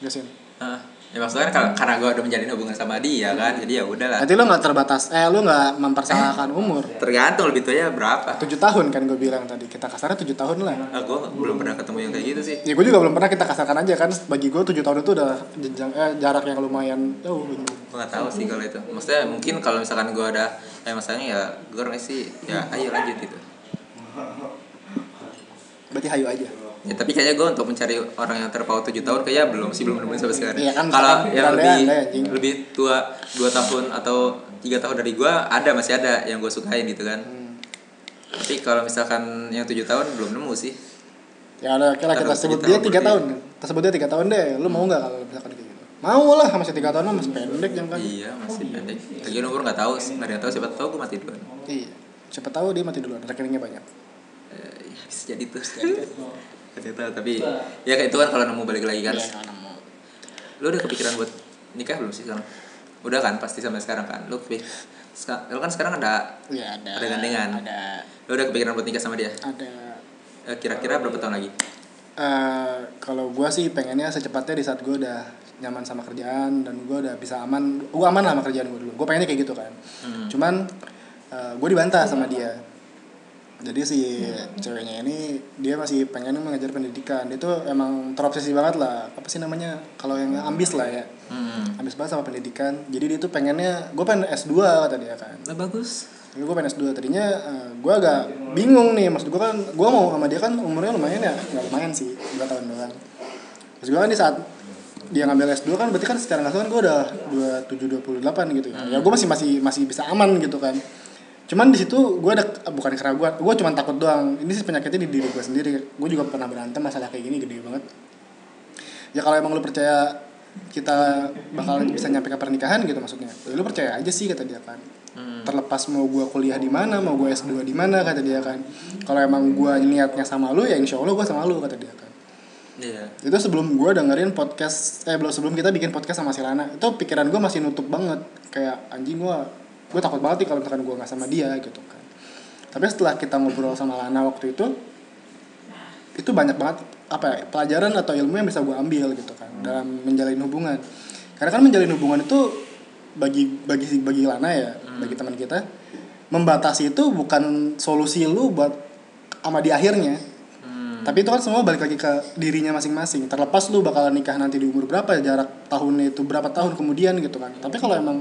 Speaker 3: jelasin
Speaker 2: Ah, ya maksudnya kan karena gue udah menjalin hubungan sama dia kan, jadi ya udahlah.
Speaker 3: nanti lu nggak terbatas eh lu nggak mempersalahkan umur
Speaker 2: Tergantung lebih tuanya berapa.
Speaker 3: tujuh tahun kan gue bilang tadi kita kasarnya tujuh tahun lah
Speaker 2: Ah, gue belum pernah ketemu yang kayak gitu sih.
Speaker 3: ya gue juga belum pernah kita kasarkan aja kan bagi gue tujuh tahun itu udah jenjang eh, jarak yang lumayan jauh gitu.
Speaker 2: gue nggak tahu sih kalau itu maksudnya mungkin kalau misalkan gue ada eh masalahnya ya gue orangnya sih ya ayo lanjut gitu
Speaker 3: berarti hayu aja
Speaker 2: ya tapi kayaknya gue untuk mencari orang yang terpaut 7 tahun kayaknya belum sih belum nemuin sampai sekarang
Speaker 3: Iya kan,
Speaker 2: kalau
Speaker 3: misalkan
Speaker 2: yang
Speaker 3: berandai-
Speaker 2: lebih
Speaker 3: andai anjing.
Speaker 2: lebih tua 2 tahun atau tiga tahun dari gue ada masih ada yang gue sukain gitu kan
Speaker 3: Hmm.
Speaker 2: tapi kalau misalkan yang tujuh tahun belum nemu sih
Speaker 3: ya udah oke lah kita
Speaker 2: Taruh
Speaker 3: sebut
Speaker 2: kita
Speaker 3: dia
Speaker 2: berarti.
Speaker 3: tiga tahun kita sebut dia tiga tahun deh lu mau nggak kalau misalkan kayak gitu mau lah masih tiga tahun mah masih pendek jangan kan
Speaker 2: iya masih pendek lagi nomor nggak tahu nggak ada yang tahu siapa tahu gue mati duluan
Speaker 3: iya siapa tahu dia mati duluan rekeningnya banyak
Speaker 2: Eh, ya, bisa jadi tuh Nggak tahu tapi ya kayak itu kan kalau nemu balik lagi kan
Speaker 3: Iya, kalau nemu.
Speaker 2: lu udah kepikiran buat nikah belum sih sekarang udah kan pasti sampai sekarang kan lu kepik- seka- lu kan sekarang ada
Speaker 3: iya ada
Speaker 2: Ada gandengan.
Speaker 3: ada
Speaker 2: lu udah kepikiran buat nikah sama dia
Speaker 3: ada
Speaker 2: Eh, kira-kira berapa tahun lagi
Speaker 3: Eh, kalau gua sih pengennya secepatnya di saat gua udah nyaman sama kerjaan dan gua udah bisa aman gua aman lah sama kerjaan gua dulu gua pengennya kayak gitu kan
Speaker 2: Hmm.
Speaker 3: cuman eh, gua dibantah sama dia jadi si ceweknya ini dia masih pengen mengejar pendidikan dia tuh emang terobsesi banget lah apa sih namanya kalau yang ambis lah ya
Speaker 2: hmm.
Speaker 3: ambis banget sama pendidikan jadi dia tuh pengennya gue pengen S2 kata dia kan
Speaker 2: Nah, bagus
Speaker 3: jadi gue pengen S2 tadinya gue agak bingung nih maksud gue kan gue mau sama dia kan umurnya lumayan ya nggak lumayan sih dua tahun doang terus gue kan di saat dia ngambil S2 kan berarti kan secara nggak langsung kan gue udah 27 28 gitu ya ya gue masih masih masih bisa aman gitu kan cuman di situ gue ada bukan keraguan gue cuman takut doang ini sih penyakitnya di diri gue sendiri gue juga pernah berantem masalah kayak gini gede banget ya kalau emang lu percaya kita bakal bisa nyampe ke pernikahan gitu maksudnya ya lu percaya aja sih kata dia kan terlepas mau gua kuliah di mana mau gua S2 di mana kata dia kan kalau emang gua niatnya sama lu ya insya Allah gua sama lu kata dia kan
Speaker 2: iya
Speaker 3: itu sebelum gua dengerin podcast eh belum sebelum kita bikin podcast sama si Lana itu pikiran gua masih nutup banget kayak anjing gua gua takut banget nih kalau misalkan gua nggak sama dia gitu kan tapi setelah kita ngobrol sama Lana waktu itu itu banyak banget apa ya, pelajaran atau ilmu yang bisa gue ambil gitu kan dalam menjalin hubungan karena kan menjalin hubungan itu bagi bagi si- bagi Lana ya bagi teman kita membatasi itu bukan solusi lu buat sama di akhirnya
Speaker 2: Hmm.
Speaker 3: tapi itu kan semua balik lagi ke dirinya masing-masing terlepas lu bakalan nikah nanti di umur berapa jarak tahunnya itu berapa tahun kemudian gitu kan tapi kalau emang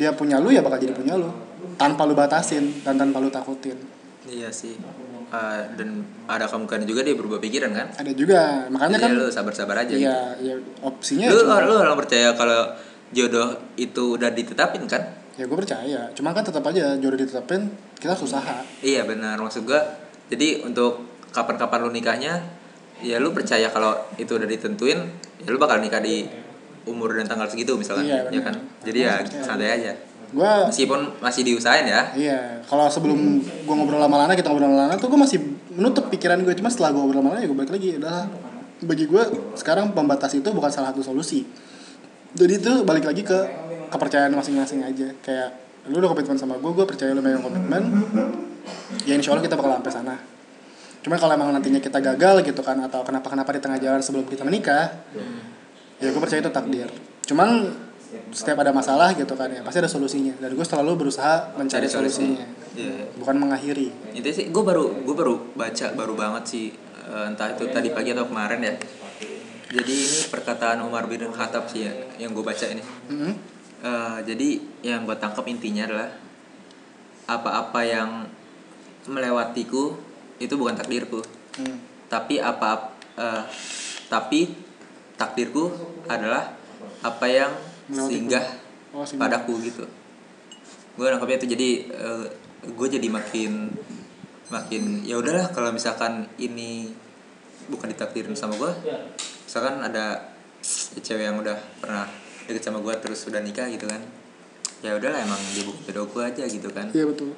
Speaker 3: dia punya lu ya bakal jadi punya lu tanpa lu batasin dan tanpa lu takutin
Speaker 2: iya sih Ah, dan ada kemungkinan juga dia berubah pikiran kan
Speaker 3: ada juga
Speaker 2: jadi
Speaker 3: makanya kan
Speaker 2: Iya, lu sabar-sabar aja
Speaker 3: Iya, ya opsinya
Speaker 2: gitu. lu
Speaker 3: cuma-
Speaker 2: lu orang percaya kalau jodoh itu udah ditetapin kan
Speaker 3: ya gue percaya. Cuma kan tetap aja jodoh ditetapin kita harus usaha.
Speaker 2: Iya benar maksud gua. Jadi untuk kapan-kapan lu nikahnya, ya lu percaya kalau itu udah ditentuin, ya lu bakal nikah di umur dan tanggal segitu misalkan, ya
Speaker 3: Iya, benar.
Speaker 2: kan. Jadi ya santai aja.
Speaker 3: Gue
Speaker 2: Meskipun masih diusahain ya.
Speaker 3: iya, kalau sebelum gue ngobrol sama Lana, kita ngobrol sama Lana tuh gue masih menutup pikiran gue. Cuma setelah gue ngobrol sama Lana ya gue balik lagi udah bagi gue sekarang pembatas itu bukan salah satu solusi. Jadi itu balik lagi ke kepercayaan masing-masing aja. Kayak lu udah komitmen sama gue, gue percaya lu megang komitmen. Ya insya Allah kita bakal sampai sana. Cuma kalau emang nantinya kita gagal gitu kan atau kenapa-kenapa di tengah jalan sebelum kita menikah, ya gue percaya itu takdir cuman setiap ada masalah gitu kan ya pasti ada solusinya dan gue selalu berusaha mencari
Speaker 2: Cari solusi.
Speaker 3: solusinya
Speaker 2: Iya.
Speaker 3: bukan mengakhiri
Speaker 2: Itu sih gua baru gua baru baca baru banget sih eh, entah itu tadi pagi atau kemarin ya. Jadi ini perkataan Umar bin Khattab sih ya yang gue baca ini.
Speaker 3: Mhm.
Speaker 2: Eh, jadi yang gue tangkap intinya adalah apa-apa yang melewatiku itu bukan takdirku,
Speaker 3: Hmm.
Speaker 2: tapi apa eh, tapi takdirku adalah apa yang
Speaker 3: Melewatiku.
Speaker 2: singgah
Speaker 3: Oh, singgah.
Speaker 2: padaku gitu. Gue nangkapnya itu jadi eh, gue jadi makin makin ya udahlah kalau misalkan ini bukan ditakdirin sama gue
Speaker 4: Iya.
Speaker 2: misalkan ada cewek yang udah pernah deket sama gue terus udah nikah gitu kan ya udahlah emang dia bukan jodoh gue aja gitu kan
Speaker 3: Iya betul.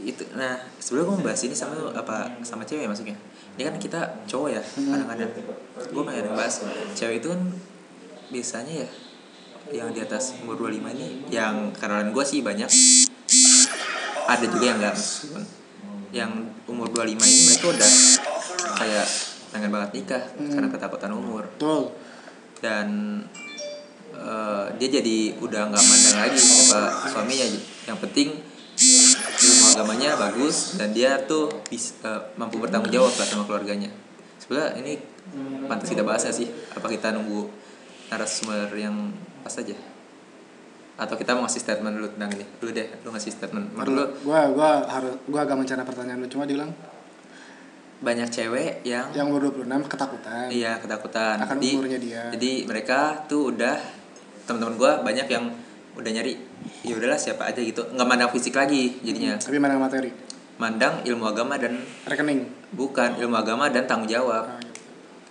Speaker 2: itu nah sebelum gue membahas ini sama apa sama cewek ya masuknya ini kan kita cowok ya kadang-kadang gue pengen bahas cewek itu kan biasanya ya yang di atas umur 25 ini yang kenalan gue sih banyak ada juga yang enggak meskipun. yang umur 25 ini mereka udah kayak pengen banget nikah karena ketakutan umur
Speaker 3: Betul.
Speaker 2: dan eh, dia jadi udah nggak mandang lagi siapa suaminya yang penting ilmu agamanya bagus dan dia tuh bis- eh, mampu bertanggung jawab lah sama keluarganya sebenarnya ini pantas kita bahas nggak sih apa kita nunggu narasumber yang pas aja atau kita mau ngasih statement dulu tentang ini dulu deh lu ngasih statement menurut lu
Speaker 3: Gua gua harus gua agak mencari pertanyaan lu cuma diulang
Speaker 2: banyak cewek yang
Speaker 3: yang umur 26 ketakutan.
Speaker 2: Iya ketakutan.
Speaker 3: Akan
Speaker 2: jadi,
Speaker 3: umurnya dia.
Speaker 2: Jadi mereka tuh udah teman-teman gua banyak yang udah nyari ya udahlah siapa aja gitu nggak mandang fisik lagi jadinya
Speaker 3: Tapi mana materi?
Speaker 2: mandang ilmu agama dan
Speaker 3: Rekening.
Speaker 2: bukan ilmu agama dan tanggung jawab
Speaker 3: Nah,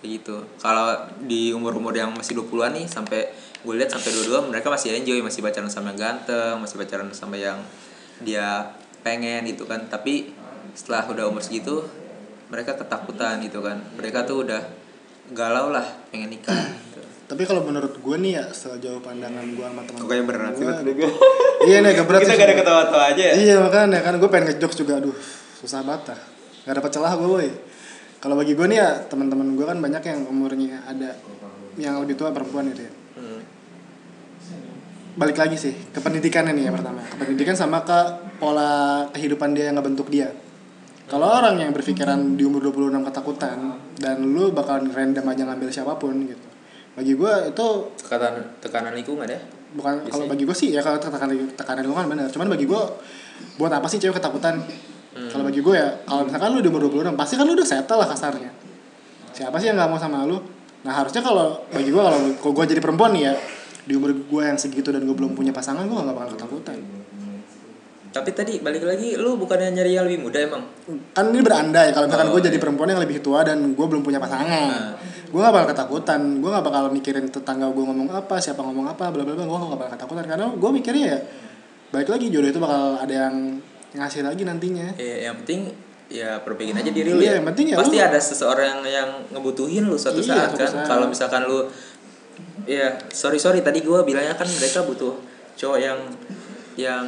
Speaker 3: gitu.
Speaker 2: kayak gitu kalau di umur-umur yang masih 20-an nih sampai gue lihat sampai 22 mereka masih enjoy masih pacaran sama yang ganteng masih pacaran sama yang dia pengen gitu kan tapi setelah udah umur segitu mereka ketakutan gitu kan mereka tuh udah galau lah pengen nikah gitu.
Speaker 3: Tapi kalau menurut gue nih ya sejauh pandangan gue sama teman
Speaker 2: Kok kayak berat sih,
Speaker 3: gua-
Speaker 2: Bat?
Speaker 3: Iya nih agak berat sih
Speaker 2: gak ada
Speaker 3: sebenarnya.
Speaker 2: ketawa-tawa aja ya
Speaker 3: Iya makanya kan gue pengen ngejok juga aduh susah banget ah. Gak dapat celah gue woy. Kalau bagi gue nih ya teman-teman gue kan banyak yang umurnya ada yang lebih tua perempuan gitu ya.
Speaker 2: Hmm.
Speaker 3: Balik lagi sih ke pendidikannya nih ya pertama. Ke pendidikan sama ke pola kehidupan dia yang ngebentuk dia. Kalau orang yang berpikiran di umur 26 ketakutan dan lu bakalan random aja ngambil siapapun gitu. Bagi gue itu
Speaker 2: tekanan tekanan lingkungan ya
Speaker 3: bukan
Speaker 2: Biasanya.
Speaker 3: kalau bagi gue sih ya kalau tekanan tekanan lingkungan benar cuman bagi gue buat apa sih cewek ketakutan kalau bagi gue ya kalau misalkan lu di umur 26 pasti kan lu udah settle lah kasarnya siapa sih yang nggak mau sama lu nah harusnya kalau bagi gue kalau kalau gue jadi perempuan nih ya di umur gue yang segitu dan gue belum punya pasangan gue nggak bakal ketakutan
Speaker 2: tapi tadi balik lagi lu bukannya nyari yang lebih muda emang
Speaker 3: kan ini berandai kalau misalkan
Speaker 2: Oh,
Speaker 3: gue jadi
Speaker 2: iya. Nah.
Speaker 3: perempuan yang lebih tua dan gue belum punya pasangan gue gak bakal ketakutan gue gak bakal mikirin tetangga gue ngomong apa siapa ngomong apa bla bla bla gue gak bakal ketakutan karena gue mikirnya ya baik lagi jodoh itu bakal ada yang ngasih lagi nantinya
Speaker 2: Eh, yang penting ya perbaikin aja diri lu
Speaker 3: Iya,
Speaker 2: ya.
Speaker 3: yang penting ya
Speaker 2: Pasti
Speaker 3: lu-
Speaker 2: ada seseorang yang ngebutuhin lu suatu
Speaker 3: Iya,
Speaker 2: saat
Speaker 3: suatu
Speaker 2: kan.
Speaker 3: saat.
Speaker 2: Kalau misalkan lu ya sorry sorry tadi gua bilangnya kan mereka butuh cowok yang yang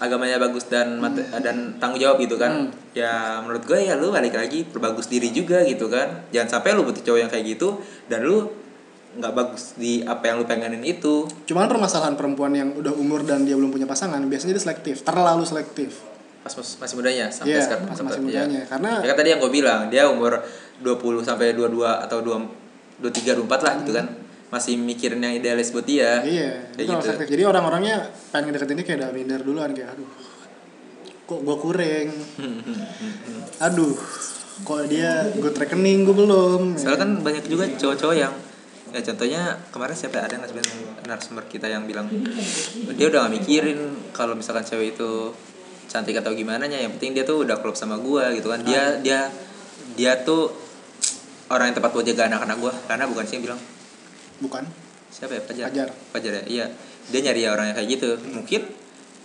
Speaker 2: agamanya bagus dan mate- dan tanggung jawab gitu
Speaker 3: Hmm.
Speaker 2: kan. Ya menurut gue ya lu balik lagi perbagus diri juga gitu kan. Jangan sampai lu butuh cowok yang kayak gitu dan lu nggak bagus di apa yang lu pengenin itu.
Speaker 3: cuman permasalahan perempuan yang udah umur dan dia belum punya pasangan biasanya dia selektif terlalu selektif
Speaker 2: pas mas- masih mudanya sampai
Speaker 3: Iya,
Speaker 2: sekarang
Speaker 3: pas
Speaker 2: sempat,
Speaker 3: masih
Speaker 2: iya.
Speaker 3: mudanya. Karena-
Speaker 2: ya kan tadi yang gue bilang dia umur 20 sampai 22 atau 2 23 24 lah gitu kan masih mikirin yang idealis buat dia
Speaker 3: iya
Speaker 2: kayak
Speaker 3: itu terlalu
Speaker 2: gitu
Speaker 3: selektif jadi orang-orangnya pengen deketin dia kayak udah minder duluan kayak aduh kok gue kurang aduh kok dia gue rekening gue belum ya.
Speaker 2: soalnya kan banyak juga cowok-cowok yang ya contohnya kemarin siapa ya? ada nggak sebenarnya narasumber kita yang bilang dia udah gak mikirin kalau misalkan cewek itu cantik atau gimana nya yang penting dia tuh udah klop sama gua gitu kan dia dia dia tuh orang yang tepat buat jaga anak-anak gua karena bukan sih yang bilang
Speaker 3: bukan
Speaker 2: siapa ya Fajar
Speaker 3: Fajar.
Speaker 2: ya iya dia nyari orang yang kayak gitu mungkin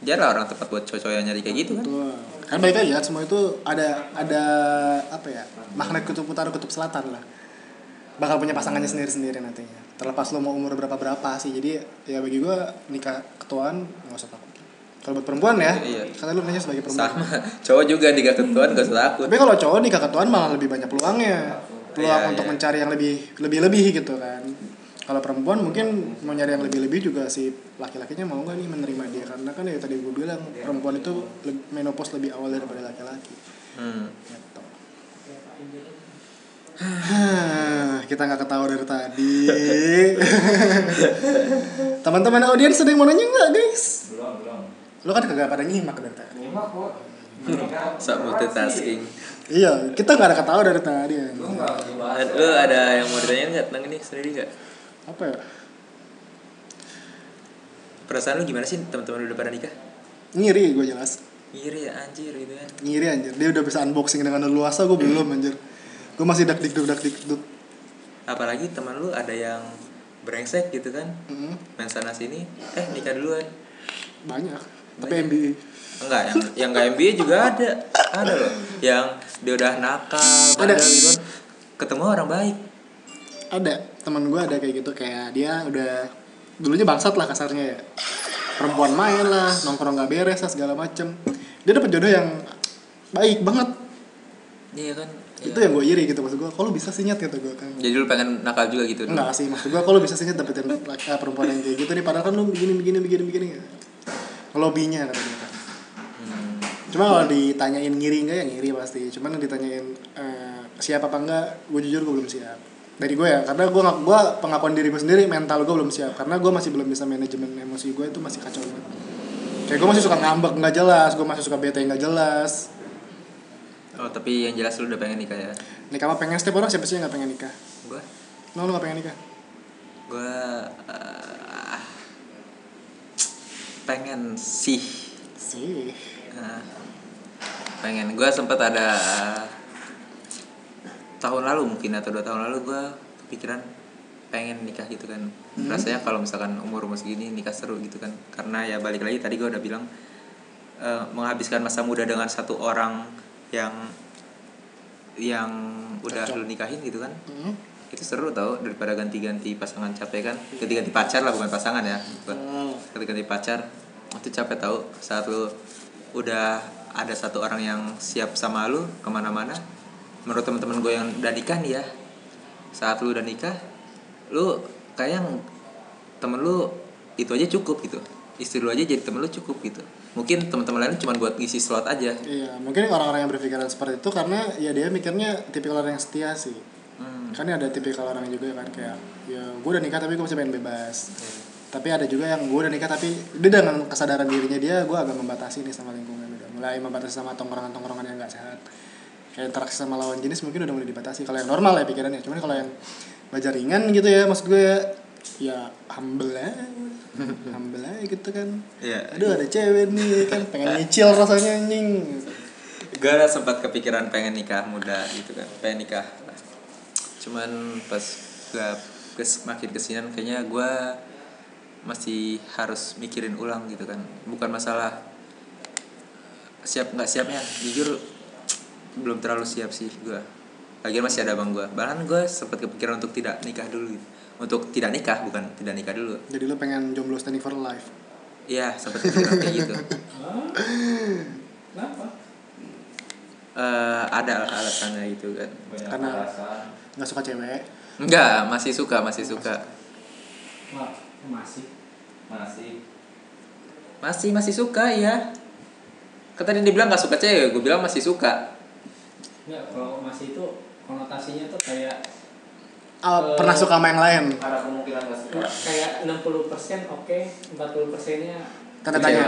Speaker 2: dia lah orang tepat buat cowok yang nyari kayak gitu kan
Speaker 3: Betul. Kan baik aja semua itu ada ada apa ya? Magnet kutub utara kutub selatan lah. Bakal punya pasangannya sendiri-sendiri nantinya. Terlepas lo mau umur berapa-berapa sih. Jadi ya bagi gua nikah ketuaan nggak usah takut. Kalau buat perempuan ya,
Speaker 2: Iya.
Speaker 3: karena lu nanya sebagai perempuan.
Speaker 2: sama cowok juga di ketentuan gak usah takut
Speaker 3: Tapi kalau cowok nikah ketuaan malah lebih banyak peluangnya. Peluang
Speaker 2: Iya,
Speaker 3: untuk
Speaker 2: iya.
Speaker 3: mencari yang lebih lebih-lebih gitu kan. Kalau perempuan mungkin mau nyari yang lebih-lebih juga si laki-lakinya mau nggak nih menerima dia karena kan ya tadi gue bilang perempuan itu le- menopause lebih awal daripada laki-laki.
Speaker 2: hmm.
Speaker 3: Gitu. Hah, kita nggak ketawa dari tadi. Teman-teman audiens sedang mau nanya nggak guys?
Speaker 1: Belum, belum.
Speaker 3: Lo kan kagak pada nyimak dari tadi.
Speaker 1: Nyimak kok.
Speaker 2: so multitasking
Speaker 3: Iya, kita nggak ada ketawa dari tadi. ya.
Speaker 1: Lu nggak nyimak.
Speaker 2: Ad- lu ada yang mau ditanyain nggak tentang ini sendiri nggak
Speaker 3: Apa ya?
Speaker 2: perasaan lu gimana sih teman-teman lu udah pada nikah
Speaker 3: Ngiri gue jelas.
Speaker 2: ngiri ya anjir gitu kan
Speaker 3: Ngiri anjir. Dia udah bisa unboxing dengan leluasa gue belum anjir. gue masih dak dik duk dak dik duk
Speaker 2: apalagi teman lu ada yang brengsek gitu kan
Speaker 3: Mm,
Speaker 2: main sana sini eh nikah duluan
Speaker 3: banyak tapi
Speaker 2: Banyak.
Speaker 3: MBA
Speaker 2: enggak yang yang nggak MBA juga ada ada loh yang dia udah nakal
Speaker 3: Ada.
Speaker 2: bandel gitu kan. ketemu orang baik
Speaker 3: ada teman gue ada kayak gitu kayak dia udah dulunya bangsat lah kasarnya ya perempuan main lah nongkrong gak beres lah segala macem dia dapet jodoh yang baik banget
Speaker 2: iya kan
Speaker 3: itu
Speaker 2: Iya.
Speaker 3: yang gue iri gitu maksud gue kalau bisa sih nyet kata gue kan
Speaker 2: jadi lu pengen nakal juga gitu dulu?
Speaker 3: enggak sih maksud gue kalau bisa sih nyet dapetin laki- eh, perempuan yang kayak gitu nih padahal kan lu begini begini begini begini lobbynya katanya kan
Speaker 2: Hmm.
Speaker 3: cuma kalau ditanyain ngiri enggak ya ngiri pasti cuman ditanyain eh, siap apa enggak gue jujur gue belum siap dari gue ya karena gue nggak gue pengakuan diri gue sendiri mental gue belum siap karena gue masih belum bisa manajemen emosi gue itu masih kacau banget kayak gue masih suka ngambek nggak jelas gue masih suka bete nggak jelas
Speaker 2: oh tapi yang jelas lu udah pengen nikah ya
Speaker 3: nikah mah pengen setiap orang siapa sih yang nggak pengen nikah
Speaker 2: gua
Speaker 3: no lu nggak pengen nikah
Speaker 2: gua eh, pengen sih
Speaker 3: sih
Speaker 2: Nah, pengen gue sempat ada tahun lalu mungkin atau dua tahun lalu gue kepikiran pengen nikah gitu kan rasanya kalau misalkan umur umur segini nikah seru gitu kan karena ya balik lagi tadi gue udah bilang eh, menghabiskan masa muda dengan satu orang yang yang udah
Speaker 3: Cocok.
Speaker 2: lu nikahin gitu kan
Speaker 3: Hmm.
Speaker 2: itu seru tau daripada ganti-ganti pasangan capek kan ganti-ganti pacar lah bukan pasangan ya ganti-ganti pacar itu capek tau saat lu udah ada satu orang yang siap sama lu kemana-mana menurut teman-teman gue yang udah nikah nih ya saat lu udah nikah lu kayak yang temen lu itu aja cukup gitu istri lu aja jadi temen lu cukup gitu mungkin teman-teman lain cuma buat ngisi slot aja
Speaker 3: Iya, mungkin orang-orang yang berpikiran seperti itu karena ya dia mikirnya tipikal orang yang setia sih.
Speaker 2: Hmm.
Speaker 3: Kan ada tipikal orang juga kan kayak ya gue udah nikah tapi gue masih pengen bebas. Tapi ada juga yang gue udah nikah tapi dia dengan kesadaran dirinya dia gue agak membatasi nih sama lingkungan udah mulai membatasi sama tongkrongan-tongkrongan yang gak sehat. Kayak interaksi sama lawan jenis mungkin udah mulai dibatasi kalau yang normal ya pikirannya. Cuman kalau yang baja ringan gitu ya maksud gue ya, ya humble aja. humble aja gitu kan.
Speaker 2: Iya.
Speaker 3: Aduh ada cewek nih kan pengen nyicil rasanya anjing.
Speaker 2: gue sempat kepikiran pengen nikah muda gitu kan pengen nikah cuman pas gue kes makin kesinian kayaknya gue masih harus mikirin ulang gitu kan bukan masalah eh, siap nggak siapnya jujur belum terlalu siap sih gue lagian masih ada abang gue bahkan gue sempat kepikiran untuk tidak nikah dulu gitu. untuk tidak nikah bukan tidak nikah dulu
Speaker 3: Jadi lo pengen jomblo standing for life.
Speaker 2: Iya, sempat kepikiran kayak gitu.
Speaker 4: Kenapa?
Speaker 2: Eh, ada lah alasannya gitu kan.
Speaker 1: Banyak
Speaker 3: Karena-
Speaker 1: alasan.
Speaker 3: Nggak suka cewek.
Speaker 2: Enggak, masih suka, masih suka.
Speaker 4: Wah, masih.
Speaker 1: Masih.
Speaker 2: Masih masih suka ya. Kan tadi dia bilang gak suka cewek, gue bilang masih suka.
Speaker 4: Enggak, kalau masih itu konotasinya tuh kayak
Speaker 2: Eh,
Speaker 3: Ah, pernah suka sama yang lain.
Speaker 1: Ada kemungkinan gak suka.
Speaker 4: kayak 60% oke, 40%-nya
Speaker 3: Tanda
Speaker 2: Iya.
Speaker 3: tanya.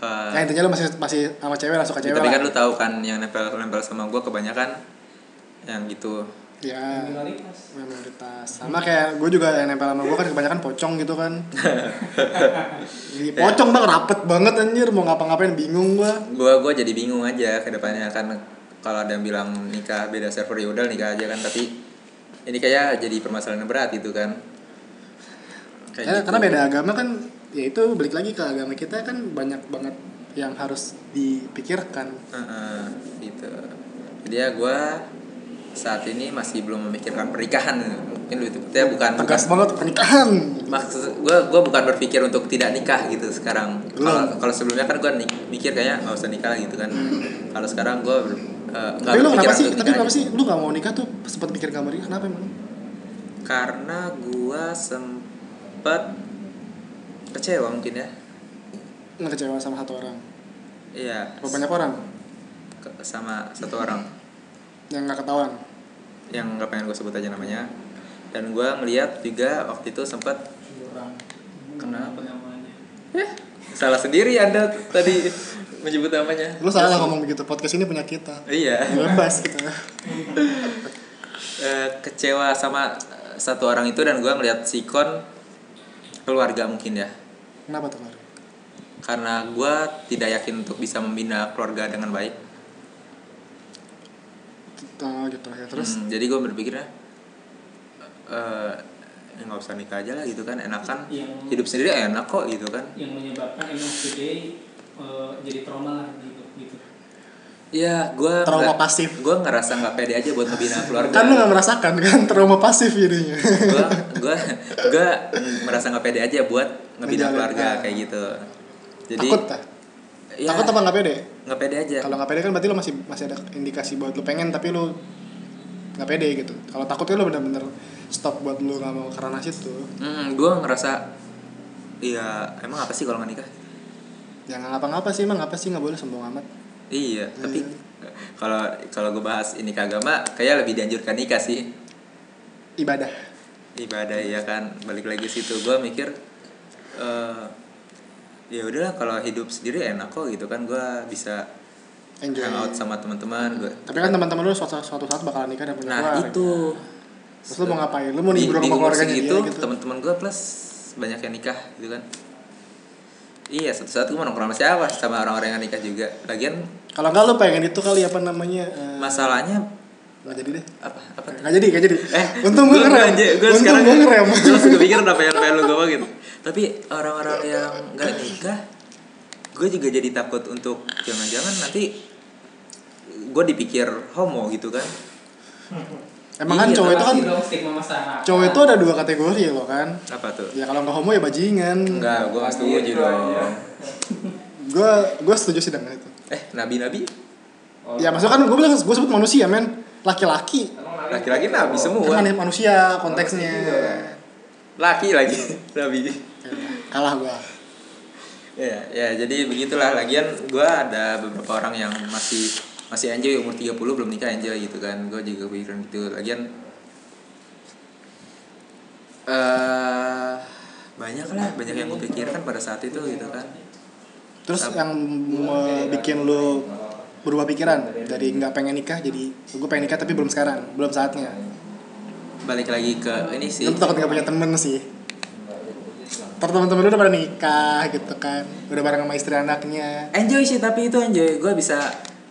Speaker 2: Eh,
Speaker 3: Nah, intinya lo masih masih sama cewek lah suka
Speaker 2: ya,
Speaker 3: cewek.
Speaker 2: tapi
Speaker 3: lah.
Speaker 2: kan lu tahu kan yang nempel-nempel sama gue kebanyakan yang gitu.
Speaker 3: Ya.
Speaker 4: minoritas.
Speaker 3: Minoritas. Sama kayak gue juga yang nempel sama gue kan kebanyakan pocong gitu kan. Di pocong bang rapet banget anjir mau ngapa-ngapain bingung gue.
Speaker 2: Gue gua jadi bingung aja ke depannya kan kalau ada yang bilang nikah beda server ya udah nikah aja kan tapi ini kayak jadi permasalahan yang berat gitu kan. Kayak
Speaker 3: Karena,
Speaker 2: gitu.
Speaker 3: karena beda agama kan ya itu balik lagi ke agama kita kan banyak banget yang harus dipikirkan.
Speaker 2: Heeh, gitu jadi ya gue saat ini masih belum memikirkan pernikahan mungkin itu ya bukan bukan
Speaker 3: Tegas banget pernikahan.
Speaker 2: maksud gue gue bukan berpikir untuk tidak nikah gitu sekarang
Speaker 3: Belum.
Speaker 2: kalau kalau sebelumnya kan gue mikir kayaknya nggak usah nikah lah gitu kan kalau sekarang gue nggak
Speaker 3: Hmm. Tapi lu
Speaker 2: berpikir
Speaker 3: kenapa sih?
Speaker 2: untuk
Speaker 3: Tapi
Speaker 2: nikah
Speaker 3: kenapa sih lu gak mau nikah tuh sempat mikir gak mau nikah kenapa emang?
Speaker 2: karena gue sempet kecewa mungkin ya
Speaker 3: Nggak kecewa sama satu orang.
Speaker 2: iya
Speaker 3: Apa banyak orang
Speaker 2: ke- sama satu orang
Speaker 3: yang nggak ketahuan?
Speaker 2: yang nggak pengen gue sebut aja namanya dan gue ngeliat juga waktu itu sempet
Speaker 4: Curang.
Speaker 2: Kenapa?
Speaker 4: namanya?
Speaker 2: salah sendiri anda tadi menyebut namanya
Speaker 3: Lu salah ngomong begitu. Podcast ini punya kita.
Speaker 2: iya
Speaker 3: Bebas gitu. kita.
Speaker 2: Eh, kecewa sama eh, satu orang itu dan gua ngeliat si kon keluarga mungkin ya
Speaker 3: Kenapa tuh? Mar?
Speaker 2: karena gua tidak yakin untuk bisa membina keluarga dengan baik
Speaker 3: kita gitu ya terus
Speaker 2: Hmm, jadi gue berpikirnya eh ya nggak usah nikah aja lah gitu kan enakan
Speaker 4: Yang-
Speaker 2: hidup sendiri enak kok gitu kan
Speaker 4: yang menyebabkan MSPD eh, jadi trauma lah gitu gitu
Speaker 2: Iya, gue
Speaker 3: Trauma pasif.
Speaker 2: Gue ngerasa nggak pede aja buat membina keluarga.
Speaker 3: kan lu nggak merasakan kan trauma pasif jadinya
Speaker 2: Gue gue gue merasa nggak pede aja buat ngebina
Speaker 3: Menjalin,
Speaker 2: keluarga
Speaker 3: ah.
Speaker 2: kayak gitu. Jadi Iya.
Speaker 3: takut ah?
Speaker 2: ya,
Speaker 3: takut apa nggak pede
Speaker 2: nggak pede aja.
Speaker 3: kalau nggak pede kan berarti lu masih masih ada indikasi buat lu pengen tapi lu nggak pede gitu kalau takut kan lu bener-bener stop buat lu nggak mau karena situ
Speaker 2: Hmm, gue ngerasa Iya, emang apa sih kalau nggak nikah?
Speaker 3: jangan ya ngapa-ngapa sih emang apa sih nggak boleh sombong amat
Speaker 2: Iya, tapi kalau kalau gue bahas ini ke agama, kayak lebih dianjurkan nikah sih.
Speaker 3: ibadah
Speaker 2: ibadah ya kan balik lagi situ gue mikir eh ya udahlah kalau hidup sendiri enak kok gitu kan gue bisa
Speaker 3: enjoy
Speaker 2: hangout sama teman-teman gue
Speaker 3: tapi kan teman-teman lu suatu, suatu saat bakal nikah dan punya
Speaker 2: nah
Speaker 3: keluarga.
Speaker 2: itu
Speaker 3: Terus lu mau ngapain? Lu mau
Speaker 2: Di-
Speaker 3: liburan
Speaker 2: di
Speaker 3: sama
Speaker 2: umur
Speaker 3: keluarganya dia
Speaker 2: segitu,
Speaker 3: gitu?
Speaker 2: teman-teman gue plus banyak yang nikah gitu kan iya satu saat gue mau nongkrong sama siapa sama orang-orang yang nikah juga lagian
Speaker 3: Kalau enggak lu pengen itu kali apa namanya? eh,
Speaker 2: masalahnya
Speaker 3: nggak jadi deh.
Speaker 2: apa apa tuh?
Speaker 3: Nggak jadi, nggak jadi.
Speaker 2: Eh,
Speaker 3: untung gue ngerem.
Speaker 2: Gue
Speaker 3: untung
Speaker 2: sekarang ya.
Speaker 3: gue ngerem.
Speaker 2: Gue langsung kepikiran apa yang pengen lu ngomongin. Tapi orang-orang yang nggak nikah, gue juga jadi takut untuk jangan-jangan nanti gue dipikir homo gitu kan.
Speaker 3: Emang kan
Speaker 2: Iya,
Speaker 3: cowok itu kan
Speaker 4: Pasti dong stigma masyarakat
Speaker 3: cowok itu ada dua kategori lo kan.
Speaker 2: Apa tuh?
Speaker 3: Ya kalau nggak homo ya bajingan.
Speaker 2: Enggak, gue nggak setuju
Speaker 1: Gitu
Speaker 2: dong.
Speaker 1: aja.
Speaker 3: Gue gue setuju sih dengan itu.
Speaker 2: Eh, nabi-nabi?
Speaker 1: Oh,
Speaker 3: Ya maksudnya kan gue bilang gue sebut manusia men. Laki-laki.
Speaker 1: emang Nabi-
Speaker 2: Laki-laki nabi
Speaker 3: Kan
Speaker 2: semua.
Speaker 3: aneh manusia konteksnya.
Speaker 2: Laki lagi nabi.
Speaker 3: Kalah gue.
Speaker 2: Ya, ya jadi begitulah lagian gue ada beberapa orang yang masih masih enjoy umur 30 belum nikah enjoy gitu kan gue juga pikiran gitu lagian eh banyak lah banyak yang gue pikirkan pada saat itu gitu kan
Speaker 3: Terus
Speaker 2: Tapi-
Speaker 3: yang me- bikin lu berubah pikiran dari nggak pengen nikah jadi gue pengen nikah tapi belum sekarang belum saatnya
Speaker 2: balik lagi ke ini sih
Speaker 3: Lu takut gak punya temen sih Ntar temen-temen lu udah pada nikah gitu kan Udah bareng sama istri anaknya
Speaker 2: enjoy sih tapi itu enjoy gue bisa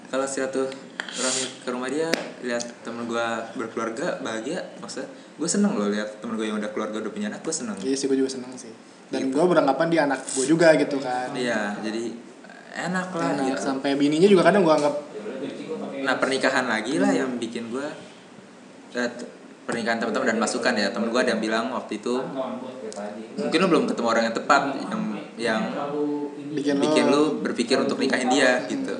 Speaker 2: kalau satu rahmi ke rumah dia lihat temen gue berkeluarga bahagia maksudnya gue seneng loh lihat temen gue yang udah keluarga udah punya anak gue seneng
Speaker 3: Iya sih gue juga seneng sih Dan gue beranggapan dia anak gue juga gitu kan
Speaker 2: iya jadi enak lah
Speaker 3: Anak
Speaker 2: gitu.
Speaker 3: sampai bininya juga kadang gue anggap
Speaker 2: nah pernikahan lagi lah yang bikin gue eh, t- pernikahan teman-teman dan masukan ya temen gue ada yang bilang waktu itu mungkin lo belum ketemu orang yang tepat yang yang
Speaker 3: Bikin
Speaker 2: bikin lo berpikir untuk nikahin dia gitu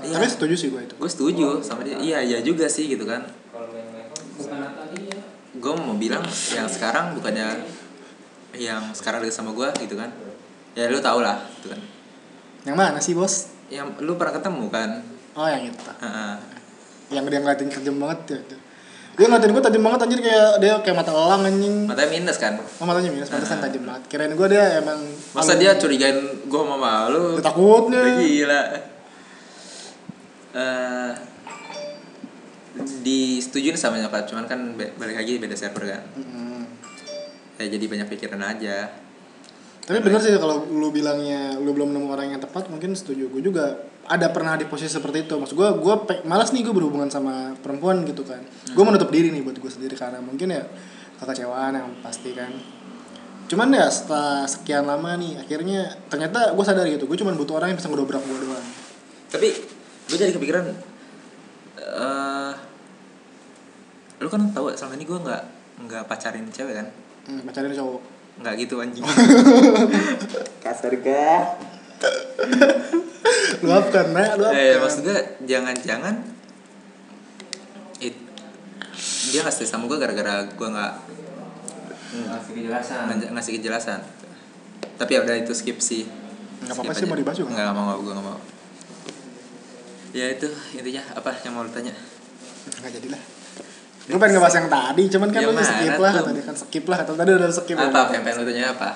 Speaker 2: Iya.
Speaker 3: Tapi setuju sih gue itu
Speaker 2: gue setuju sama dia iya iya juga sih gitu kan
Speaker 1: Kalau main iPhone,
Speaker 4: bukan Natal dia
Speaker 2: gue mau bilang yang sekarang bukannya yang sekarang dekat sama gue gitu kan ya lu tau lah gitu kan
Speaker 3: Yang mana sih bos?
Speaker 2: yang lu pernah ketemu kan
Speaker 3: Oh yang itu
Speaker 2: Heeh.
Speaker 3: Yang dia ngeliatin kerjem banget ya Dia ngeliatin gue tajam banget anjir kayak Dia kayak mata elang anjing
Speaker 2: matanya minus kan
Speaker 3: Oh matanya minus, pantesan tajam banget Kirain gue dia emang
Speaker 2: masa dia curigain gue sama malu
Speaker 3: Dia takutnya
Speaker 2: Udah gila. Eh disetujuin sama nyokap, cuman kan be- balik lagi beda server kan.
Speaker 3: Mm-mm.
Speaker 2: Ya jadi banyak pikiran aja.
Speaker 3: Tapi bener sih kalau lu bilangnya lu belum nemu orang yang tepat mungkin setuju gue juga ada pernah di posisi seperti itu maksud gue gue pe- malas nih gue berhubungan sama perempuan gitu kan
Speaker 2: Hmm.
Speaker 3: gue menutup diri nih buat gue sendiri karena mungkin ya kekecewaan yang pasti kan cuman ya setelah sekian lama nih akhirnya ternyata gue sadar gitu gue cuma butuh orang yang bisa ngedobrak gue doang
Speaker 2: Tapi gue jadi kepikiran eh lu kan tahu selama ini gue nggak nggak pacarin cewek kan?
Speaker 3: hmm, pacarin cowok
Speaker 2: Nggak gitu anjing. Kasar ga?
Speaker 3: lu apa karena
Speaker 1: Iya,
Speaker 3: lu apa
Speaker 2: Eh, maksud gue jangan-jangan it, dia nggak stay sama gue gara-gara gue nggak
Speaker 1: ngasih kejelasan.
Speaker 2: Nge- ngasih kejelasan tapi ya udah itu skip sih
Speaker 3: Nggak apa-apa sih, mau dibahas juga.
Speaker 2: nggak nggak mau gue nggak mau ya itu intinya apa yang mau lu tanya
Speaker 3: nggak jadilah gue pengen ngebahas yang tadi cuman kan
Speaker 2: Ya
Speaker 3: lu
Speaker 2: mana
Speaker 3: skip lah
Speaker 2: tuh?
Speaker 3: tadi kan skip lah kata tadi udah skip
Speaker 2: apa
Speaker 3: ya.
Speaker 2: apa yang pengen lu tanya apa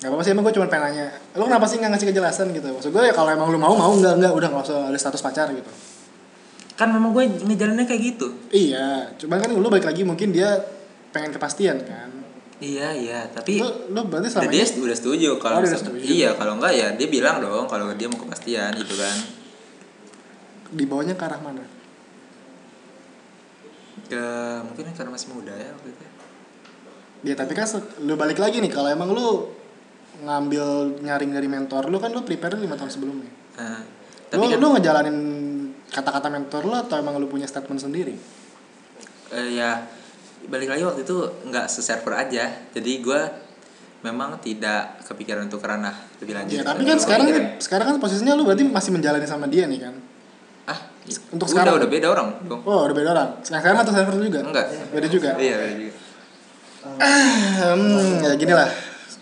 Speaker 3: Gak apa-apa sih, emang gue cuma pengen nanya Lu kenapa sih gak ngasih kejelasan gitu? Maksud gue ya kalau emang lu mau, mau enggak, enggak Udah gak usah ada status pacar gitu
Speaker 2: kan memang gue ngejalannya kayak gitu
Speaker 3: Iya, cuman kan lu balik lagi mungkin dia pengen kepastian kan
Speaker 2: iya iya tapi
Speaker 3: Lu, lu berarti
Speaker 2: udah
Speaker 3: selama
Speaker 2: dia
Speaker 3: ini
Speaker 2: udah setuju kalau
Speaker 3: Oh, dia udah
Speaker 2: misalkan-
Speaker 3: setuju.
Speaker 2: iya kalau enggak ya dia bilang dong kalau dia mau kepastian gitu kan
Speaker 3: dibawanya ke arah mana?
Speaker 2: ke mungkin karena masih muda ya waktu itu.
Speaker 3: Ya tapi kan se- lu balik lagi nih kalau emang lu ngambil nyaring dari mentor lu kan lu prepare lima tahun sebelumnya.
Speaker 2: Eh,
Speaker 3: Lu,
Speaker 2: tapi kan
Speaker 3: lu ngejalanin kata-kata mentor lu atau emang lu punya statement sendiri?
Speaker 2: eh, ya balik lagi waktu itu nggak se-server aja. Jadi gue memang tidak kepikiran untuk ranah lebih lanjut.
Speaker 3: Ya tapi kan
Speaker 2: Lu
Speaker 3: sekarang
Speaker 2: kepikiran?
Speaker 3: sekarang kan posisinya lu berarti masih menjalani sama dia nih kan.
Speaker 2: ah
Speaker 3: untuk
Speaker 2: untuk
Speaker 3: sekarang.
Speaker 2: sekarang
Speaker 3: kan-
Speaker 2: udah beda orang dong.
Speaker 3: Oh, udah beda orang. Yang sekarang atau server juga?
Speaker 2: Enggak.
Speaker 3: Beda juga.
Speaker 2: Iya, beda juga.
Speaker 3: Hmm, ya gini lah.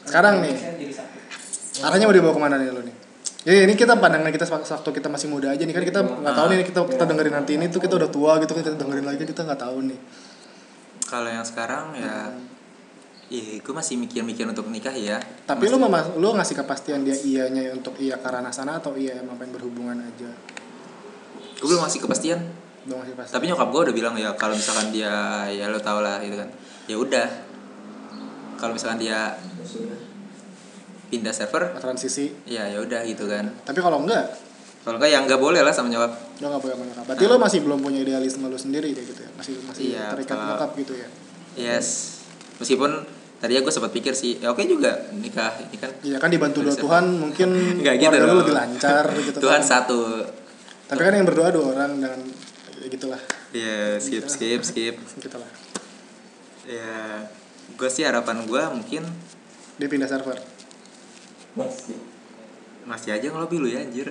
Speaker 3: Sekarang nih,
Speaker 4: Saya jadi satu.
Speaker 3: arahnya mau dibawa kemana nih lu nih? Ya ini kita pandangan kita waktu kita masih muda aja nih kan kita nggak tahu nih kita kita dengerin nanti ini tuh kita udah tua gitu kita dengerin lagi kita nggak tahu nih.
Speaker 2: Kalau yang sekarang ya
Speaker 3: Hmm.
Speaker 2: Iya, gue masih mikir-mikir untuk nikah ya.
Speaker 3: Tapi lu mama, lu ngasih kepastian dia iyanya untuk iya karena sana atau iya emang pengen berhubungan aja.
Speaker 2: gue belum ngasih kepastian.
Speaker 3: Lu ngasih kepastian.
Speaker 2: Tapi nyokap gue udah bilang ya kalau misalkan dia ya lo tau lah gitu kan. Ya udah. Kalau misalkan dia pindah server,
Speaker 3: transisi.
Speaker 2: ya ya udah gitu kan.
Speaker 3: Tapi kalau enggak,
Speaker 2: Kalau enggak ya nggak boleh lah sama nyokap.
Speaker 3: lu nggak boleh menyokap. Berarti lu masih belum punya idealisme lu sendiri kayak gitu ya. Masih masih
Speaker 2: Iya,
Speaker 3: terikat
Speaker 2: kalau-
Speaker 3: nyokap gitu ya.
Speaker 2: Yes. Meskipun tadinya gue sempat pikir sih, ya oke juga nikah ini kan.
Speaker 3: Iya kan dibantu doa
Speaker 2: Bisa.
Speaker 3: Tuhan mungkin
Speaker 2: Nggak gitu
Speaker 3: keluarga lu
Speaker 2: dong.
Speaker 3: lebih lancar gitu.
Speaker 2: Tuhan
Speaker 3: kan.
Speaker 2: satu.
Speaker 3: Tapi kan yang berdoa dua orang dengan ya gitulah,
Speaker 2: Ya skip
Speaker 3: Iya.
Speaker 2: skip skip.
Speaker 3: gitulah.
Speaker 2: Ya gue sih harapan gue mungkin
Speaker 3: Dia pindah server.
Speaker 1: Masih.
Speaker 2: masih aja ngelobi lu ya anjir.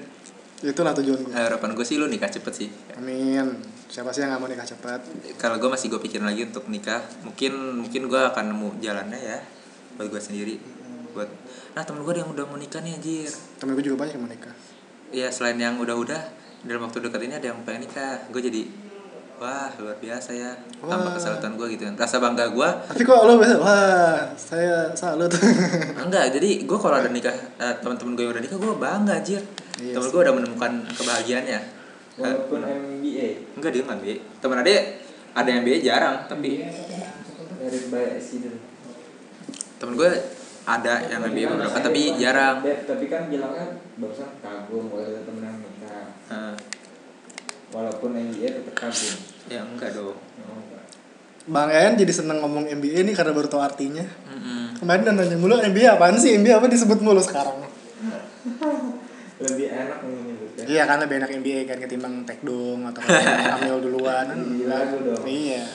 Speaker 2: Eh,
Speaker 3: Itulah tujuan gue.
Speaker 2: Harapan gue sih lu nikah cepet sih.
Speaker 3: Amin. Siapa sih yang gak mau nikah cepat?
Speaker 2: Kalau gue masih gue pikirin lagi untuk nikah, mungkin mungkin gue akan nemu jalannya ya buat gue sendiri. Buat nah temen gue yang udah mau nikah nih anjir.
Speaker 3: Temen gue juga banyak yang mau nikah.
Speaker 2: Ya selain yang udah-udah dalam waktu dekat ini ada yang pengen nikah. Gue jadi wah luar biasa ya.
Speaker 3: Wah.
Speaker 2: Tambah kesalutan gue gitu kan. Rasa bangga gue
Speaker 3: Tapi kok lo biasa, wah saya salut.
Speaker 2: enggak. Jadi gue kalau ada nikah eh, teman-teman gue yang udah nikah gue bangga anjir.
Speaker 3: Iya
Speaker 2: Temen gue udah menemukan kebahagiaannya. Eh,
Speaker 1: Walaupun MBA
Speaker 2: enggak dia nggak B. Temen adek ada yang B jarang tapi
Speaker 1: dari banyak sidul.
Speaker 2: temen gue ada yang MBA beberapa tapi jarang
Speaker 1: Beb, tapi kan bilangnya barusan kagum kalau ada temen yang nikah.
Speaker 2: Eh,
Speaker 1: Walaupun MBA tetap kagum.
Speaker 2: ya enggak dong
Speaker 1: Oh,
Speaker 3: Bang En jadi seneng ngomong MBA nih karena baru tau artinya.
Speaker 2: Mm-mm.
Speaker 3: Kemarin udah nanya mulu MBA apaan sih? MBA apa disebut mulu sekarang?
Speaker 1: Lebih enak menyebutnya.
Speaker 3: Iya kan lebih enak MBA kan ketimbang tekdom atau ambil duluan.
Speaker 1: Iya, itu dong.
Speaker 3: Iya.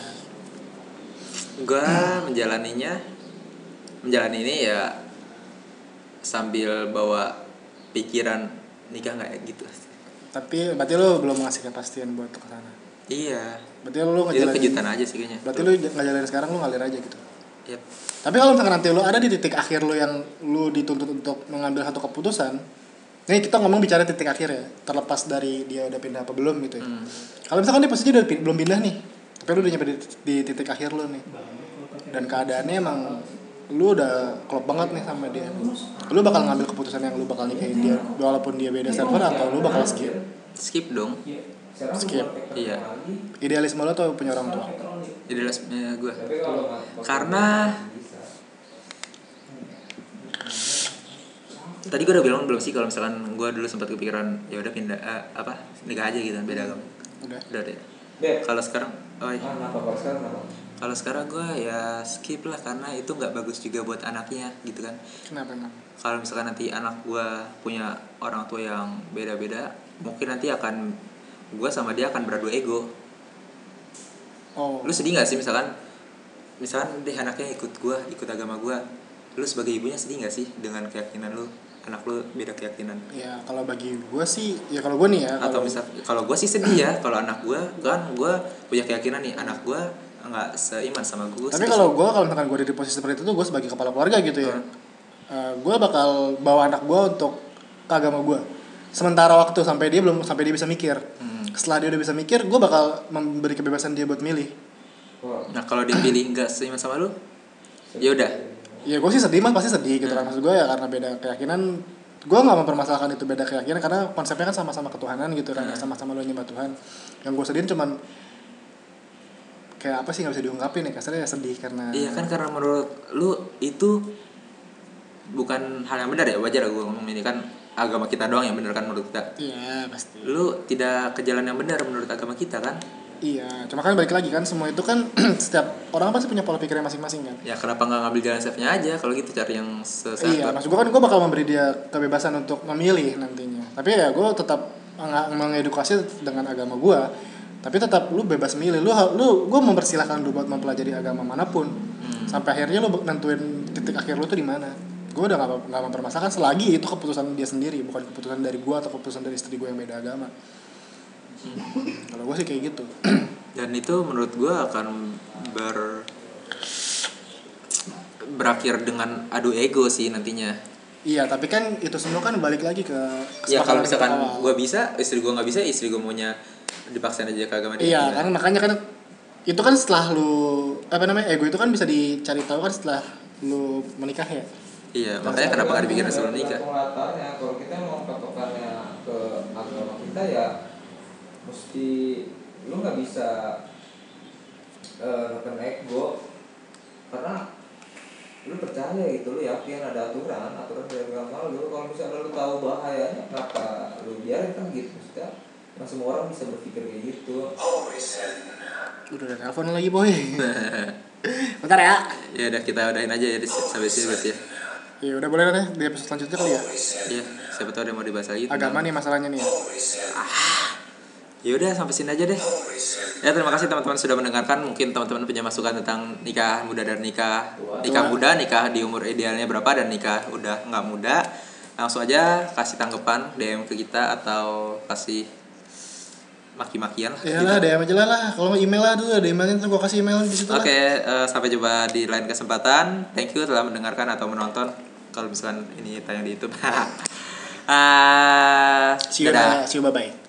Speaker 2: gue menjalaninya menjalani ini ya sambil bawa pikiran nikah nggak ya gitu
Speaker 3: Tapi berarti lo belum ngasih kepastian buat ke sana.
Speaker 2: iya
Speaker 3: Berarti lo
Speaker 2: itu
Speaker 3: ngejalanin.
Speaker 2: kejutan aja sih kayaknya
Speaker 3: Berarti lo ngejalanin sekarang lo ngalir aja gitu.
Speaker 2: Yep.
Speaker 3: Tapi kalau misalkan nanti lo ada di titik akhir lo yang lo dituntut untuk mengambil satu keputusan, ini kita ngomong bicara titik akhir ya, terlepas dari dia udah pindah apa belum gitu ya.
Speaker 2: Hmm.
Speaker 3: Kalau misalkan dia posisinya udah pin- belum pindah nih, tapi lo udah nyampe di, di titik akhir lo nih, dan keadaannya emang lu udah klop banget nih sama dia lu bakal ngambil keputusan yang lu bakal nikahin dia walaupun dia beda server atau lu bakal skip
Speaker 2: skip dong
Speaker 4: Ya,
Speaker 3: skip
Speaker 2: iya
Speaker 3: idealisme lo atau punya orang tua
Speaker 2: jadi resminya gue karena tadi gue udah bilang belum sih kalau misalkan gue dulu sempat kepikiran ya udah pindah eh, apa nikah aja gitu beda agama
Speaker 3: udah
Speaker 2: udah deh
Speaker 1: Beb,
Speaker 2: kalau sekarang oh iya.
Speaker 1: ah, kenapa kalau sekarang kenapa?
Speaker 2: kalau sekarang gue ya skip lah karena itu nggak bagus juga buat anaknya gitu kan
Speaker 3: kenapa emang
Speaker 2: kalau misalkan nanti anak gue punya orang tua yang beda-beda mungkin nanti akan gue sama dia akan beradu ego
Speaker 3: oh
Speaker 2: lu sedih nggak sih misalkan misalkan deh anaknya ikut gue ikut agama gue lu sebagai ibunya sedih nggak sih dengan keyakinan lu anak lu beda keyakinan
Speaker 3: ya kalau bagi gue sih ya kalau gue nih ya
Speaker 2: atau
Speaker 3: kalau
Speaker 2: misal kalau gue sih sedih ya kalau anak gue kan gue punya keyakinan nih anak gue nggak seiman sama gue
Speaker 3: tapi kalau gue kalau misalkan gue ada di posisi seperti itu tuh gue sebagai kepala keluarga gitu ya
Speaker 2: Hmm.
Speaker 3: gue bakal bawa anak gue untuk ke agama gue sementara waktu sampai dia belum sampai dia bisa mikir
Speaker 2: Hmm.
Speaker 3: setelah dia udah bisa mikir gue bakal memberi kebebasan dia buat milih
Speaker 1: Kok
Speaker 2: Nah kalau dipilih nggak seiman sama lu, ya udah.
Speaker 3: ya gue sih sedih mah pasti sedih gitu
Speaker 2: Hmm.
Speaker 3: kan maksud gue ya karena beda keyakinan gue nggak mempermasalahkan itu beda keyakinan karena konsepnya kan sama-sama ketuhanan gitu kan
Speaker 2: Hmm.
Speaker 3: sama-sama lo nyembah Tuhan yang gue sedihin cuman kayak apa sih nggak bisa diungkapin ya kasarnya ya sedih karena
Speaker 2: Iya kan karena menurut lu itu bukan hal yang benar ya wajar gue ngomong ini kan agama kita doang yang benar kan menurut kita.
Speaker 3: Iya pasti.
Speaker 2: Lu tidak ke jalan yang benar menurut agama kita kan?
Speaker 3: Iya, cuma kan balik lagi kan semua itu kan setiap orang pasti punya pola pikirnya masing-masing kan.
Speaker 2: ya kenapa nggak ngambil jalan safe-nya aja kalau gitu cari yang sesaat
Speaker 3: Iya, maksud gue kan gue bakal memberi dia kebebasan untuk memilih nantinya. Tapi ya gue tetap nge- mengedukasi dengan agama gue. Tapi tetap lu bebas milih. Lu ha- lu gue mempersilahkan lu buat mempelajari agama manapun.
Speaker 2: Hmm.
Speaker 3: Sampai akhirnya lu be- nentuin titik akhir lu tuh di mana. Gue udah gak, gak mempermasalahkan selagi itu keputusan dia sendiri, bukan keputusan dari gue atau keputusan dari istri gue yang beda agama.
Speaker 2: Hmm.
Speaker 3: Kalau gue sih kayak gitu.
Speaker 2: dan itu menurut gue akan ber berakhir dengan adu ego sih nantinya
Speaker 3: iya, tapi kan itu semua kan balik lagi ke
Speaker 2: ya kalau
Speaker 3: kesepakatan kita
Speaker 2: misalkan
Speaker 3: awal.
Speaker 2: gue bisa istri gue nggak bisa istri gue maunya dipaksain aja ke agama dia Nah,
Speaker 3: Iya, karena makanya kan itu kan setelah lu apa namanya ego itu kan bisa dicari tahu kan setelah lu menikah ya.
Speaker 2: Iya, makanya kenapa nggak dipikirin sebelum nikah
Speaker 1: Tergantung latarnya. Kalau kita mau patokannya ke agama kita ya mesti lu nggak bisa eh neken ego karena lu percaya gitu lu yakin ada aturan aturan dari agama lu kalau misalnya lu tahu bahayanya kenapa lu biarin kan gitu maksudnya kan semua orang bisa berpikir kayak gitu
Speaker 3: Udah ada telepon lagi boy. Bentar ya.
Speaker 2: ya udah kita udahin aja ya di- sampai sini berarti ya
Speaker 3: Iya udah boleh deh di episode selanjutnya kali ya.
Speaker 2: iya siapa tahu ada yang mau dibahas lagi tentang-
Speaker 3: Agama nih masalahnya nih.
Speaker 2: ya udah sampai sini aja deh ya terima kasih teman-teman sudah mendengarkan mungkin teman-teman punya masukan tentang nikah muda dan nikah nikah muda nikah di umur idealnya berapa dan nikah udah nggak muda langsung aja kasih tanggapan dm ke kita atau kasih maki-makian lah ke
Speaker 3: Iyalah
Speaker 2: kita.
Speaker 3: DM aja lah lah. Kalau nggak email lah dulu ada emailnya ntar gua kasih email di situ lah.
Speaker 2: Oke, eh, sampai jumpa di lain kesempatan. Thank you telah mendengarkan atau menonton. Kalau misalkan ini tayang di YouTube. Ah,
Speaker 3: See you,
Speaker 2: Eh, dadah.
Speaker 3: see you bye bye.